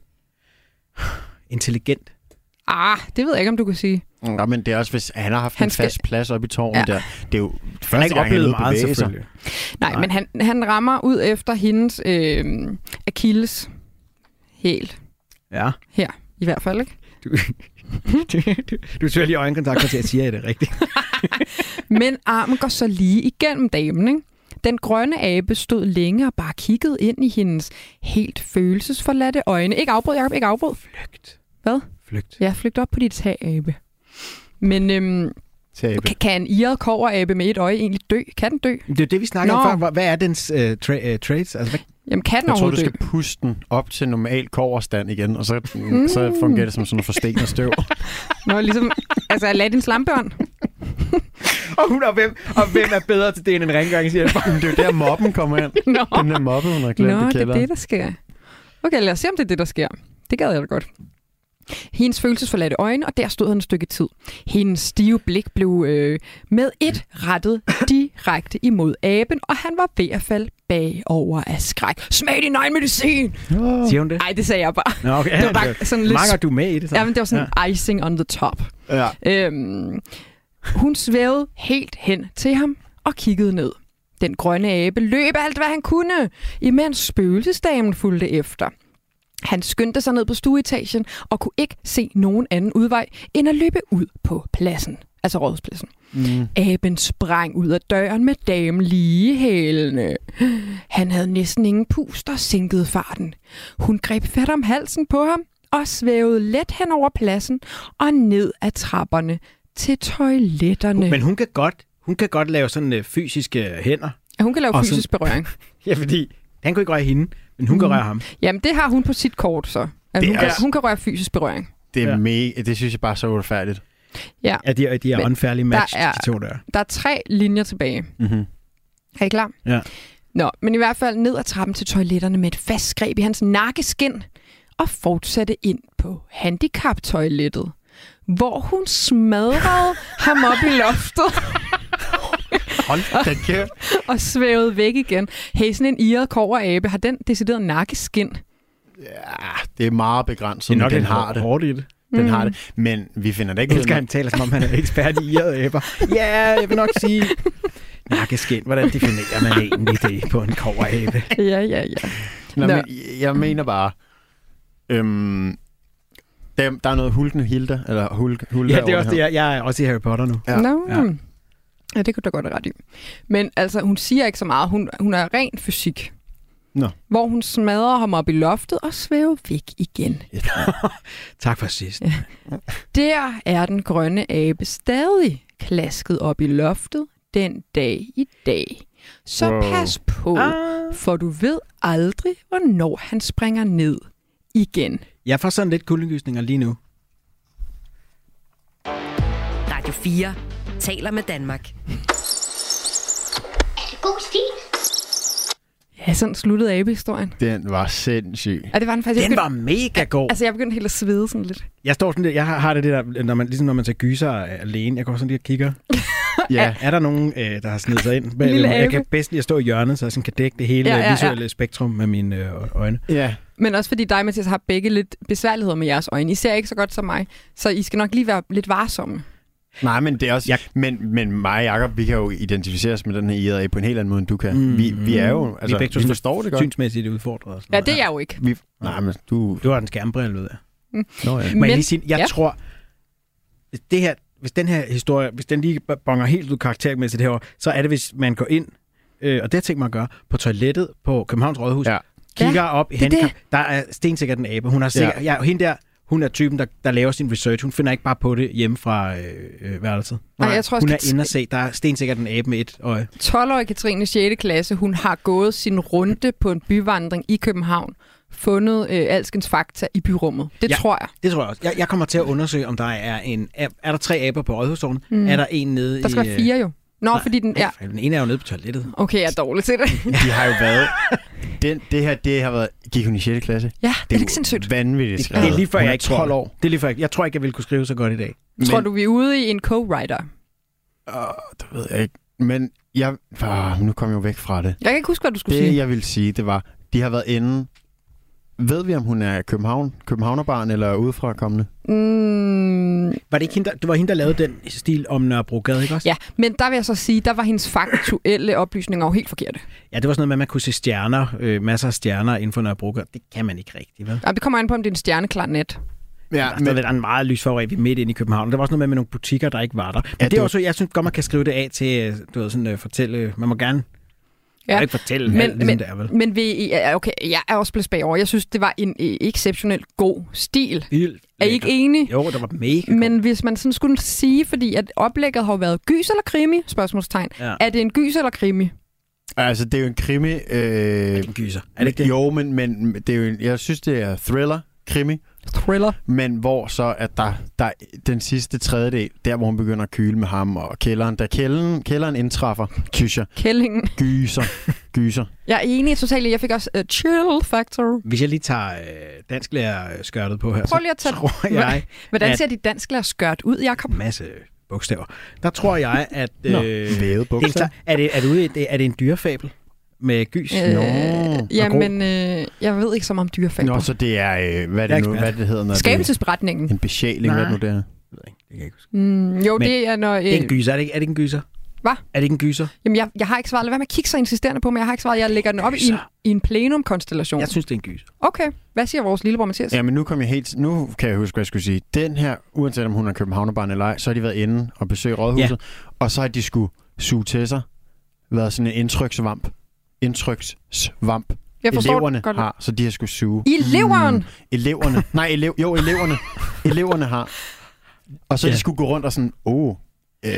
G: intelligent.
F: Ah, det ved jeg ikke, om du kan sige.
E: Ja, men det er også, hvis han har haft
F: Han
E: en
F: skal-
E: fast plads oppe i tårnet
F: Ja.
E: ja. der. Det er jo
G: Han har
E: første
G: ikke
E: gang, han er
G: oplevet
E: ude at
G: meget,
E: bevæge sig.
G: selvfølgelig.
F: Nej,
G: Nej.
F: Nej. men han, han rammer ud efter hendes øh, Achilles helt
G: Ja.
F: her. I hvert fald, ikke?
G: Du, du, du tør lige øjenkontakt for til at sige, at det er rigtigt.
F: Men armen går så lige igennem damen, ikke? Den grønne abe stod længe og bare kiggede ind i hendes helt følelsesforladte øjne. Ikke afbryd, Jacob, ikke afbryd.
G: Flygt.
F: Hvad?
G: Flygt.
F: Jeg flygter op på dit tag, abe. Men øhm,
E: Tabe.
F: Kan, kan en irret koberabe med et øje egentlig dø? Kan den dø?
G: Det er det, vi snakker
F: Nå.
G: om før. Hvor- Hvad er dens uh, tra- uh, traits? Altså, hvad,
F: Jamen, kan den
E: Jeg tror, du
F: overhovedet dø?
E: skal puste den op til normal koverstand igen, og så, så fungerer det som sådan noget forsten og støv.
F: Nå, ligesom, altså Aladdins lampebørn.
G: og hun og hvem, og hvem er bedre til det end en rengøringshjælper?
E: Men det er jo der, mobben kommer ind.
F: Nå,
E: Den der mobbe, hun har glemt
F: Nå
E: i
F: det er
E: kælderen.
F: det, der sker. Okay, lad os se, om det er det, der sker. Det gad jeg da godt. Hendes følelsesforladte øjne, og der stod han et stykke tid. Hendes stive blik blev øh, med et rettet direkte imod aben, og han var ved at falde bagover af skræk. Smag din egen medicin!
G: Siger hun det?
F: Nej, det sagde jeg bare.
G: Nå, okay.
F: Det var bare sådan lidt...
G: Makker du med i det? Så?
F: Ja, men det var sådan ja. icing on the top.
G: Ja.
F: Øhm, hun svævede helt hen til ham og kiggede ned. Den grønne abe løb alt, hvad han kunne, imens spøgelsesdamen fulgte efter. Han skyndte sig ned på stueetagen og kunne ikke se nogen anden udvej end at løbe ud på pladsen. Altså rådhuspladsen.
E: Mm.
F: Aben sprang ud af døren med damen lige i hælene. Han havde næsten ingen pust og sænkede farten. Hun greb fat om halsen på ham og svævede let hen over pladsen og ned ad trapperne til toiletterne.
G: Men hun kan godt, hun kan godt lave sådan øh, fysiske hænder.
F: hun kan lave
G: Og så-
F: fysisk berøring.
G: Ja, fordi han kunne ikke røre hende, men
F: Mhm.
G: hun mm. kan røre ham.
F: Jamen, det har hun på sit kort, så. Altså,
E: Det
F: hun,
E: er
F: kan,
E: også-
F: hun kan røre fysisk berøring.
E: Det, er
G: Ja.
E: me- det synes jeg bare er så uretfærdigt.
G: Ja, de er, de er
F: Men
G: unfairly matched,
F: er-
G: de to der.
F: Der er tre linjer tilbage.
E: Mm-hmm.
F: Er I klar?
G: Ja.
F: Nå, men i hvert fald ned ad trappen til toiletterne med et fast greb i hans nakkeskin og fortsatte ind på handicaptoilettet, hvor hun smadrede ham op i loftet
G: Ah.
E: Hold da kæft.
F: og svævede væk igen. Hey, sådan en irret koverabe har den decideret nakkeskin.
E: Ja, det er meget begrænset,
G: Det er
E: men
G: nok
E: den
G: lidt
E: har det.
G: hårdt i det.
E: Den
F: Mm.
E: har det. Men vi finder det ikke
G: Jeg elsker,
E: ud
G: at han taler, som om han er ekspert i irrede æber. Ja, jeg vil nok sige... Nakkeskin, hvordan definerer man egentlig det på en koveræbe?
F: Ja, ja, ja.
E: Nå,
F: Nå.
E: men, jeg- jeg mener bare, øhm, der, der er noget hulkende Hilda, eller hulk, Hulda
G: Ja, det er
E: over
G: også det.
E: her.
G: Jeg, jeg er også i Harry Potter nu.
E: Ja.
F: Nå.
G: Ja.
F: Ja. ja, det kunne du godt have ret i. Men altså, hun siger ikke så meget. Hun, hun er ren fysik.
E: Nå.
F: Hvor hun smadrer ham op i loftet og svæver væk igen.
G: Tak for sidst.
F: Der er den grønne abe stadig klasket op i loftet den dag i dag. Så
E: Wow.
F: wow. pas på, ah. for du ved aldrig, hvornår han springer ned igen.
G: Jeg får sådan lidt kuldegysninger lige nu.
B: Radio 4 taler med Danmark.
D: Er det god stil?
F: Ja, sådan sluttede abehistorien.
E: Den var sindssyg.
F: Ja, det var den faktisk. jeg
G: Den
F: begyndte,
G: var mega god.
F: Altså, jeg begyndte helt at svede sådan lidt.
G: Jeg står sådan lidt, jeg har- har det, det der, når man, ligesom når man tager gyser alene, jeg går sådan lige og kigger.
E: Ja,
G: Er der nogen, øh, der har snedet sig ind? Men,
F: Lille
G: jeg
F: abe.
G: kan bedst lige at stå i hjørnet, så jeg sådan kan dække det hele ja,
F: Ja,
G: ja,
F: ja, ja.
G: ja. visuelle spektrum med mine øh, øjne.
E: ja.
F: Men også fordi dig, Mathias, har begge lidt besværligheder med jeres øjne. I ser ikke så godt som mig, så I skal nok lige være lidt varsomme.
E: Nej, men det er også...
G: Jeg-
E: Men, men mig og Jacob, vi kan jo identificere os med den her IRA på en helt anden måde, end du kan.
G: Mm.
E: Mm. Vi, vi er jo... Altså,
G: begge to
E: vi, vi forstår det godt.
G: Synsmæssigt udfordret. og sådan
F: Ja,
G: noget.
F: det er jeg jo ikke.
E: Vi, nej, men du...
G: Du har den skærmbrille ud af.
E: Nå, ja.
G: Må jeg
F: Mm. Men-
G: lige sige, jeg ja.
F: ja.
G: tror, hvis det her, hvis den her historie, hvis den lige bonger helt ud karaktermæssigt herovre, så er det, hvis man går ind, øh, og det har jeg tænkt mig at gøre, på toilettet på Københavns Rådhus, ja.
E: Ja.
G: kigger ja, op i
F: det er
G: handicap, der er stensikkert en abe. Hun har sikkert, ja. Ja, hende der, hun er typen, der, der laver sin research. Hun finder ikke bare på det hjemme fra øh, øh, værelset.
F: Nej, jeg tror
G: hun
F: også,
G: er inde og se, der er stensikkert en abe med et øje.
F: 12-årige Katrine 6. klasse, hun har gået sin runde på en byvandring i København, fundet øh, alskens fakta i byrummet. Det
G: Ja.
F: ja. tror jeg.
G: Det tror jeg også. Jeg, jeg kommer til at undersøge, om der er en... Er, er der tre aber på Rådhustorven? Mm. Er der en nede
F: Der skal
G: i...
F: være fire jo. Nå,
G: øh, nej.
F: nej. fordi den...
G: Ja.
F: Ja.
G: Den ene er jo nede på toilettet.
F: Okay, jeg er dårlig til det.
E: De har jo været... Den, det her, det har været... Gik hun i 6. klasse?
F: ja, det er
E: jo
F: ikke sindssygt.
E: vanvittigt
G: Det, det er lige før,
E: Hun
G: jeg ikke tror
E: 12
G: det.
E: år.
G: Det er lige før, jeg, jeg tror ikke, jeg ville kunne skrive så godt i dag.
F: Tror du, vi er ude i en co-writer?
E: Åh, det ved jeg ikke. Men jeg... Ah, nu kom jeg jo væk fra det.
F: Jeg kan ikke huske, hvad du skulle
E: Det,
F: sige.
E: jeg ville sige, det var, de har været inde... Ved vi, om hun er København, københavnerbarn eller udefrakommende?
F: Mm,
G: Var det ikke hende, der, det var hende, der lavede den stil om Nørrebrogade, ikke også?
F: ja, men der vil jeg så sige, der var hendes faktuelle oplysninger jo helt forkerte.
G: ja, det var sådan noget med, at man kunne se stjerner, øh, masser af stjerner inden for Nørrebrogade. Det kan man ikke rigtigt, vel?
F: Jamen, det kommer an på, om det er en stjerneklar net.
E: Ja,
G: Altså, men... Der er en meget lys farve af, vi er midt inde i København. Der var også noget med, med nogle butikker, der ikke var der. Men ja, det, det
E: det
G: er
E: var-
G: også, jeg synes godt, man kan skrive det af til, øh, du ved, sådan øh, fortælle, man må gerne
F: Ja.
G: ja. ikke fortælle men,
F: Men-
G: alt, ligesom men...
F: men-
G: det er, vel?
F: Men vi, ja, okay, jeg er også blevet bagover. Jeg synes, det var en øh, exceptionelt god stil.
G: Vildt
F: Er I
G: lækkert.
F: ikke enige?
G: Jo, der var mega
F: Men hvis man sådan skulle sige, fordi at oplægget har jo været gys eller krimi, spørgsmålstegn.
G: Ja.
F: Ja. Er det en gys eller krimi?
E: Altså, det er jo en krimi... Øh, er
G: god. gyser. Er det ikke det?
E: Jo, men, men det er jo en, jeg synes, det er thriller, krimi,
F: Thriller.
E: men hvor så, at der, der den sidste tredjedel, der hvor hun begynder at kyle med ham og kælderen, da kælderen, kælderen indtræffer, synes jeg,
F: Kællingen.
E: gyser, gyser.
F: Jeg er enig totalt. i. Jeg fik også uh, chill factor.
G: Hvis jeg lige tager øh, dansklærer skørtet på her,
F: Prøv lige at
G: så
F: tage...
G: tror jeg,
F: Hvordan
G: at-
F: ser dit dansklærer skørt ud, Jakob?
G: masse bogstaver. Der tror jeg, at... Øh,
E: Nå,
G: det
E: vævet
G: er,
E: bukser.
G: klart- er, det, er, det ude, i- det, er det en dyrefabel med gys?
F: Øh,
E: Nå,
F: Jamen, øh, jeg ved ikke så meget om dyrefag.
E: Nå, så det er, øh, hvad, er
G: Jeg er
E: det nu,
G: ekspert.
E: hvad det hedder, når det
F: Skabelsesberetningen.
E: er en besjæling, hvad er det nu der?
G: Det kan jeg ikke huske.
F: Mm, jo,
G: Men-
F: Men, det er, når... Øh,
G: Det er en gyser, er det ikke, er det ikke en gyser?
F: Hvad?
G: Er det ikke en gyser?
F: jamen, jeg, jeg har ikke svaret. Lad være med at kigge så insisterende på mig. Jeg har ikke svaret. Jeg lægger den op i en, i en
G: Altså-
F: plenum-konstellation.
G: Jeg synes, det er en gyser.
F: Okay, hvad siger vores lillebror Mathias?
E: Ja, men nu kom jeg helt... Nu kan jeg huske, hvad jeg skulle sige. Den her, uanset om hun er københavnerbarn eller ej, så har de været inde og besøgt rådhuset, ja. og så har de skulle suge til sig, været sådan en indtryksvamp. Indtrykssvamp.
F: Jeg forstår
E: eleverne
F: det godt.
E: har, så de har skulle suge.
F: I leveren! Mm.
E: Eleverne. Nej, elev, jo, eleverne. eleverne har. Og så ja.
G: Ja.
E: de skulle gå rundt og sådan, åh, oh, øh,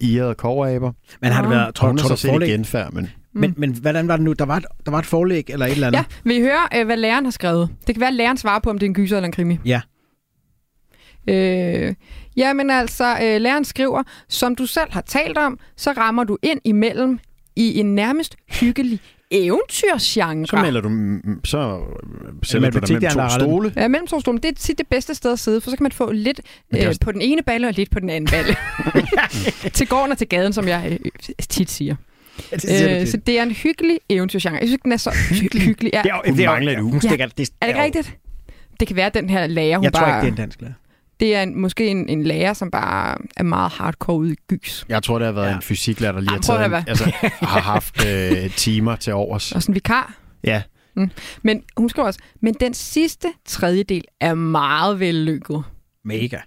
E: irrede koveraber.
G: Men har det
F: Nå. Mm.
G: været, tror,
E: Hun har
G: tror
E: så
G: du,
E: set
G: forlæg?
E: et genfærd, men
G: Men, men hvordan var det nu? Der var, et, der var et forlæg eller et eller andet?
F: Ja, vil I høre, øh, hvad læreren har skrevet? Det kan være, at læreren svarer på, om det er en gyser eller en krimi.
G: Ja.
F: Øh, jamen altså, øh, læreren skriver, som du selv har talt om, så rammer du ind imellem i en nærmest hyggelig eventyrsgenre.
E: så melder du, mm, så sælger du dig
G: matematik, det
E: mellem
G: er
E: to
G: allerede.
E: stole.
F: Ja, mellem to stole. Det er tit det bedste sted at sidde, for så kan man få lidt
E: Men det er
F: øh,
E: også-
F: på den ene balle og lidt på den anden balle. til gården og til gaden, som jeg øh, tit siger.
G: det
F: Øh, så det er en hyggelig eventyrsgenre. Jeg synes, ikke, den er så hyggelig. hyggelig. Ja.
G: jo,
E: Hun mangler et
G: hun stikker, det,
F: Er det ikke
G: jo-
F: rigtigt? Det kan være, at den her lærer, hun
G: Jeg tror
F: bare...
G: ikke, det er en dansk lærer.
F: Det er en, måske en, en lærer, som bare er meget hardcore ude i gys.
E: Jeg tror, det har været ja.
G: Ja.
E: en fysiklærer, der lige har,
F: Jamen, prøv
E: taget
F: at
E: en,
F: høre,
E: altså, har haft øh, timer til overs.
F: Og sådan en vikar. Mm.
E: Ja,
F: Men hun skriver også, men den sidste tredjedel er meget vellykket.
G: Mega.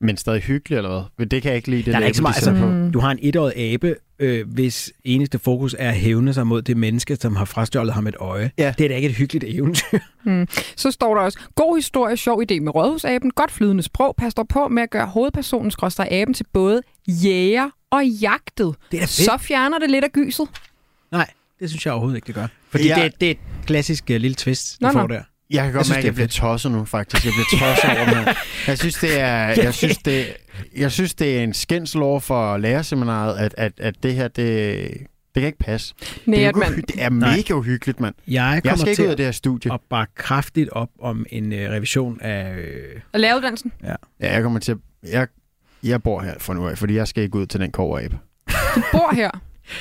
E: men stadig hyggelig eller hvad? Men Det kan jeg ikke lide, det
G: Der er ikke så meget,
E: altså, på.
G: Du har en etårig abe, øh, hvis eneste fokus er at hævne sig mod det menneske, som har frastjålet ham et øje.
E: Ja.
G: Det er da ikke et hyggeligt eventyr.
F: Så står der også, god historie, sjov idé med rådhusaben, godt flydende sprog, pas dig på med at gøre hovedpersonen skråstrej aben til både jæger og jagtet.
G: Det er da fedt.
F: Så fjerner det lidt af gyset.
G: Nej, det synes jeg overhovedet ikke, det gør. Fordi
E: Jeg-
G: jeg... det, det er et klassisk uh, lille twist, du
F: Nå,
G: får
F: nå.
G: der.
E: Jeg kan godt jeg
G: Jeg synes,
E: mærke, at
G: det er
E: jeg bliver tosset nu, faktisk. Jeg bliver tosset over det her. Jeg synes, det er, jeg synes, det, jeg synes, det er en skændsel over for lærerseminaret, at, at, at det her, det, det kan ikke passe.
F: Nej,
E: det, er
F: at man,
E: uhy- det er mega uhyggeligt, mand.
G: Jeg
E: Jeg
G: kommer
E: skal ikke ud af
G: til
E: det her studie.
G: at bakke kraftigt op om en øh, revision af... Øh,
F: at lære uddannelsen.
E: Ja, jeg kommer til at, jeg, jeg bor her fra nu af, fordi jeg skal ikke ud til den koverabe.
F: Bor her.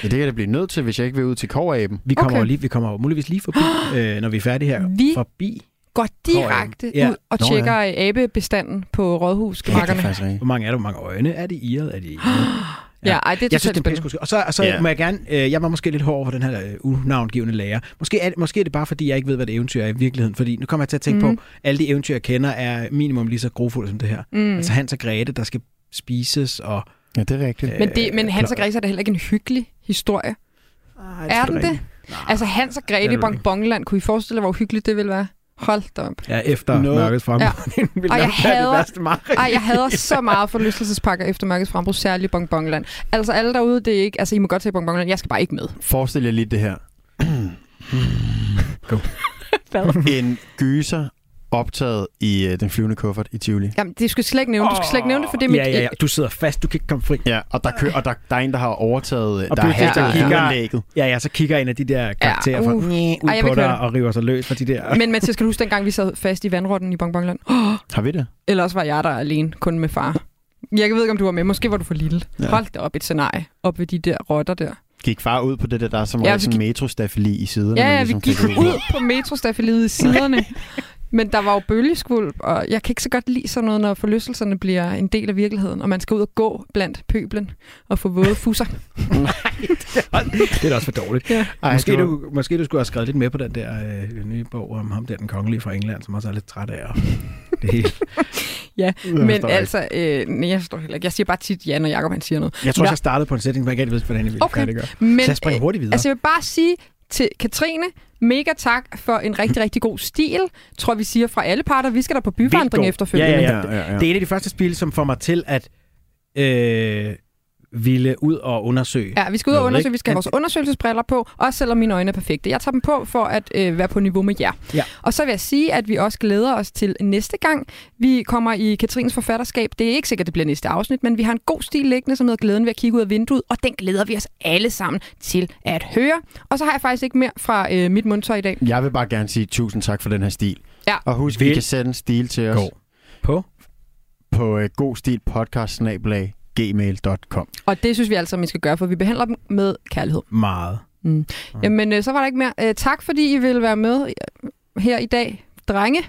E: Ja, det kan jeg da blive nødt til, hvis jeg ikke vil ud til koveraben.
G: vi kommer
F: Okay.
G: okay. jo lige, vi kommer jo muligvis lige forbi, øh, når vi er færdige her.
F: Vi
G: Forbi.
F: går direkte
G: Ja.
F: ud og
E: Nå, ja.
F: tjekker ja. abebestanden på rådhusmarkerne.
E: faktisk rigtigt.
G: Hvor mange er der? Hvor mange øjne er det i Er det i
F: Ja, ja ej, det er
G: Jeg synes,
F: totalt
G: det er en
F: spændende.
G: pisse Og så, og så
E: Ja.
G: yeah. må jeg gerne... Øh, jeg var måske lidt hård over for den her øh, unavngivende lærer. Måske er, det, måske er det bare, fordi jeg ikke ved, hvad det eventyr er i virkeligheden. Fordi nu kommer jeg til at tænke mm. på, alle de eventyr, jeg kender, er minimum lige så grofulde som det her. Mm. Altså Hans og Grete, der skal spises, og...
E: Ja, det er rigtigt.
F: Men, det, men
G: Øh,
F: Hans og
G: klar.
F: Grete er da heller ikke en hyggelig historie.
G: Ej,
F: Ah, Er den det? Altså Hans og
G: det
F: Grete
G: er
F: i
G: det
F: Bongbongland, kunne I forestille jer, hvor hyggeligt det ville være? Hold da op.
G: Ja, efter
E: Noget-
G: Noget. mørkets frembrud. Ja.
F: Og jeg hader-
G: Det værste mareridt.
F: Ej, jeg hader så meget forlystelsespakker efter mørkets frembrug, særligt Bongbongland. Altså alle derude, det er ikke... Altså I må godt tage Bongbongland, jeg skal bare ikke med.
E: Forestil jer lige det her.
F: Hvad?
E: En gyser optaget i øh, den flyvende kuffert i Tivoli.
F: Jamen, det skal jeg slet ikke nævne. Du skal slet ikke nævne det, for det er mit...
G: ja, ja, ja, du sidder fast, du kan ikke komme fri.
E: Ja, og der, kører, og der, der er en, der har overtaget, og
G: Og
E: der har
G: pludselig
E: hastet
F: står
G: kigger-
E: anlægget.
G: Ja, ja, så kigger en af de der karakterer ja,
F: uh.
G: uh, fra, ud
F: Ej, jeg vil
G: på
F: ikke høre
G: dig og river sig løs fra de der...
F: Men Mathias, skal du huske dengang, vi sad fast i vandrotten i Bongbongland? Oh,
E: Har vi det?
F: eller også var jeg der alene, kun med far. Jeg ved ikke, om du var med. Måske var du for lille.
E: Ja.
F: Ja. Hold da op et scenarie, op ved de der rotter der.
E: Gik far ud på det der, der er som
F: Ja,
E: ja,
F: vi
E: sådan gik... metrostafeli i siderne?
F: Ja,
E: man
F: ja,
G: ligesom
F: vi
E: kan
F: gik
E: se det.
F: ud på metrostafeliet i siderne. Men der var jo bølgeskvulp, og jeg kan ikke så godt lide sådan noget, når forlystelserne bliver en del af virkeligheden, og man skal ud og gå blandt pøblen og få våde fusser.
G: Det er da også for dårligt.
F: Ja.
E: Ej,
G: Måske,
E: det var-
G: du, måske du skulle have skrevet lidt mere på den der øh, nye bog om ham der, den kongelige fra England, som også er lidt træt af. Og det hele.
F: ja.
E: jeg
F: Men
E: forstår
F: altså, øh, nej, jeg står heller ikke. Jeg siger bare tit ja, når Jacob han siger noget.
G: Jeg tror,
F: Nå.
G: ja. jeg startede på en sætning, men jeg kan ikke vidste, hvordan jeg ville
F: Okay,
G: det gør.
F: Men,
G: Så jeg springer
F: øh,
G: hurtigt videre.
F: Altså, jeg vil bare sige til Katrine, mega tak for en rigtig, rigtig god stil. Tror vi siger fra alle parter, vi skal der på byvandring
G: god.
F: efterfølgende.
G: Ja,
E: Ja, ja, ja.
G: Det er et af de første spil, som får mig til at øh, ville ud og undersøge.
F: Ja, vi skal ud og
G: Noget,
F: undersøge.
G: ikke?
F: Vi skal have vores undersøgelsesbriller på, også selvom mine øjne er perfekte. Jeg tager dem på for at øh, være på niveau med jer.
G: Ja.
F: Og så vil jeg sige, at vi også glæder os til næste gang. Vi kommer i Katrines forfatterskab. Det er ikke sikkert, det bliver næste afsnit, men vi har en god stil liggende, som hedder Glæden ved at kigge ud af vinduet, og den glæder vi os alle sammen til at høre. Og så har jeg faktisk ikke mere fra øh, mit mundtøj i dag.
E: Jeg vil bare gerne sige tusind tak for den her stil.
F: Ja.
E: Og husk, vi
G: Vil-
E: kan sætte en stil til os
G: På.
E: på øh, god stil podcast gmail.com.
F: Og det synes vi altså, man skal gøre, for vi behandler dem med kærlighed.
G: Meget.
F: Mm. Jamen, øh, så var der ikke mere. Øh, tak, fordi I ville være med øh, her i dag, drenge.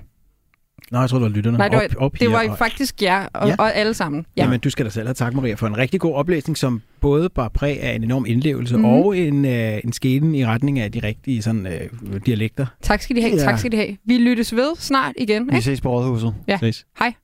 G: Nej, jeg tror, det var lytterne.
F: Nej, det var,
G: op, op
F: det
G: her,
F: var
G: og-
F: faktisk jer
G: Ja.
F: og, ja. og alle sammen.
G: Ja.
F: Ja.
G: Jamen, du skal da selv have tak, Maria, for en rigtig god oplæsning, som både bar præg af en enorm indlevelse mm.
F: Mhm.
G: og en, øh, en skæden i retning af de rigtige sådan, øh, dialekter.
F: Tak skal de have,
E: Ja.
F: tak skal de have. Vi lyttes ved snart igen.
E: Vi
F: Ikke?
E: ses på Rådhuset.
F: Ja.
E: Ses.
F: Hej.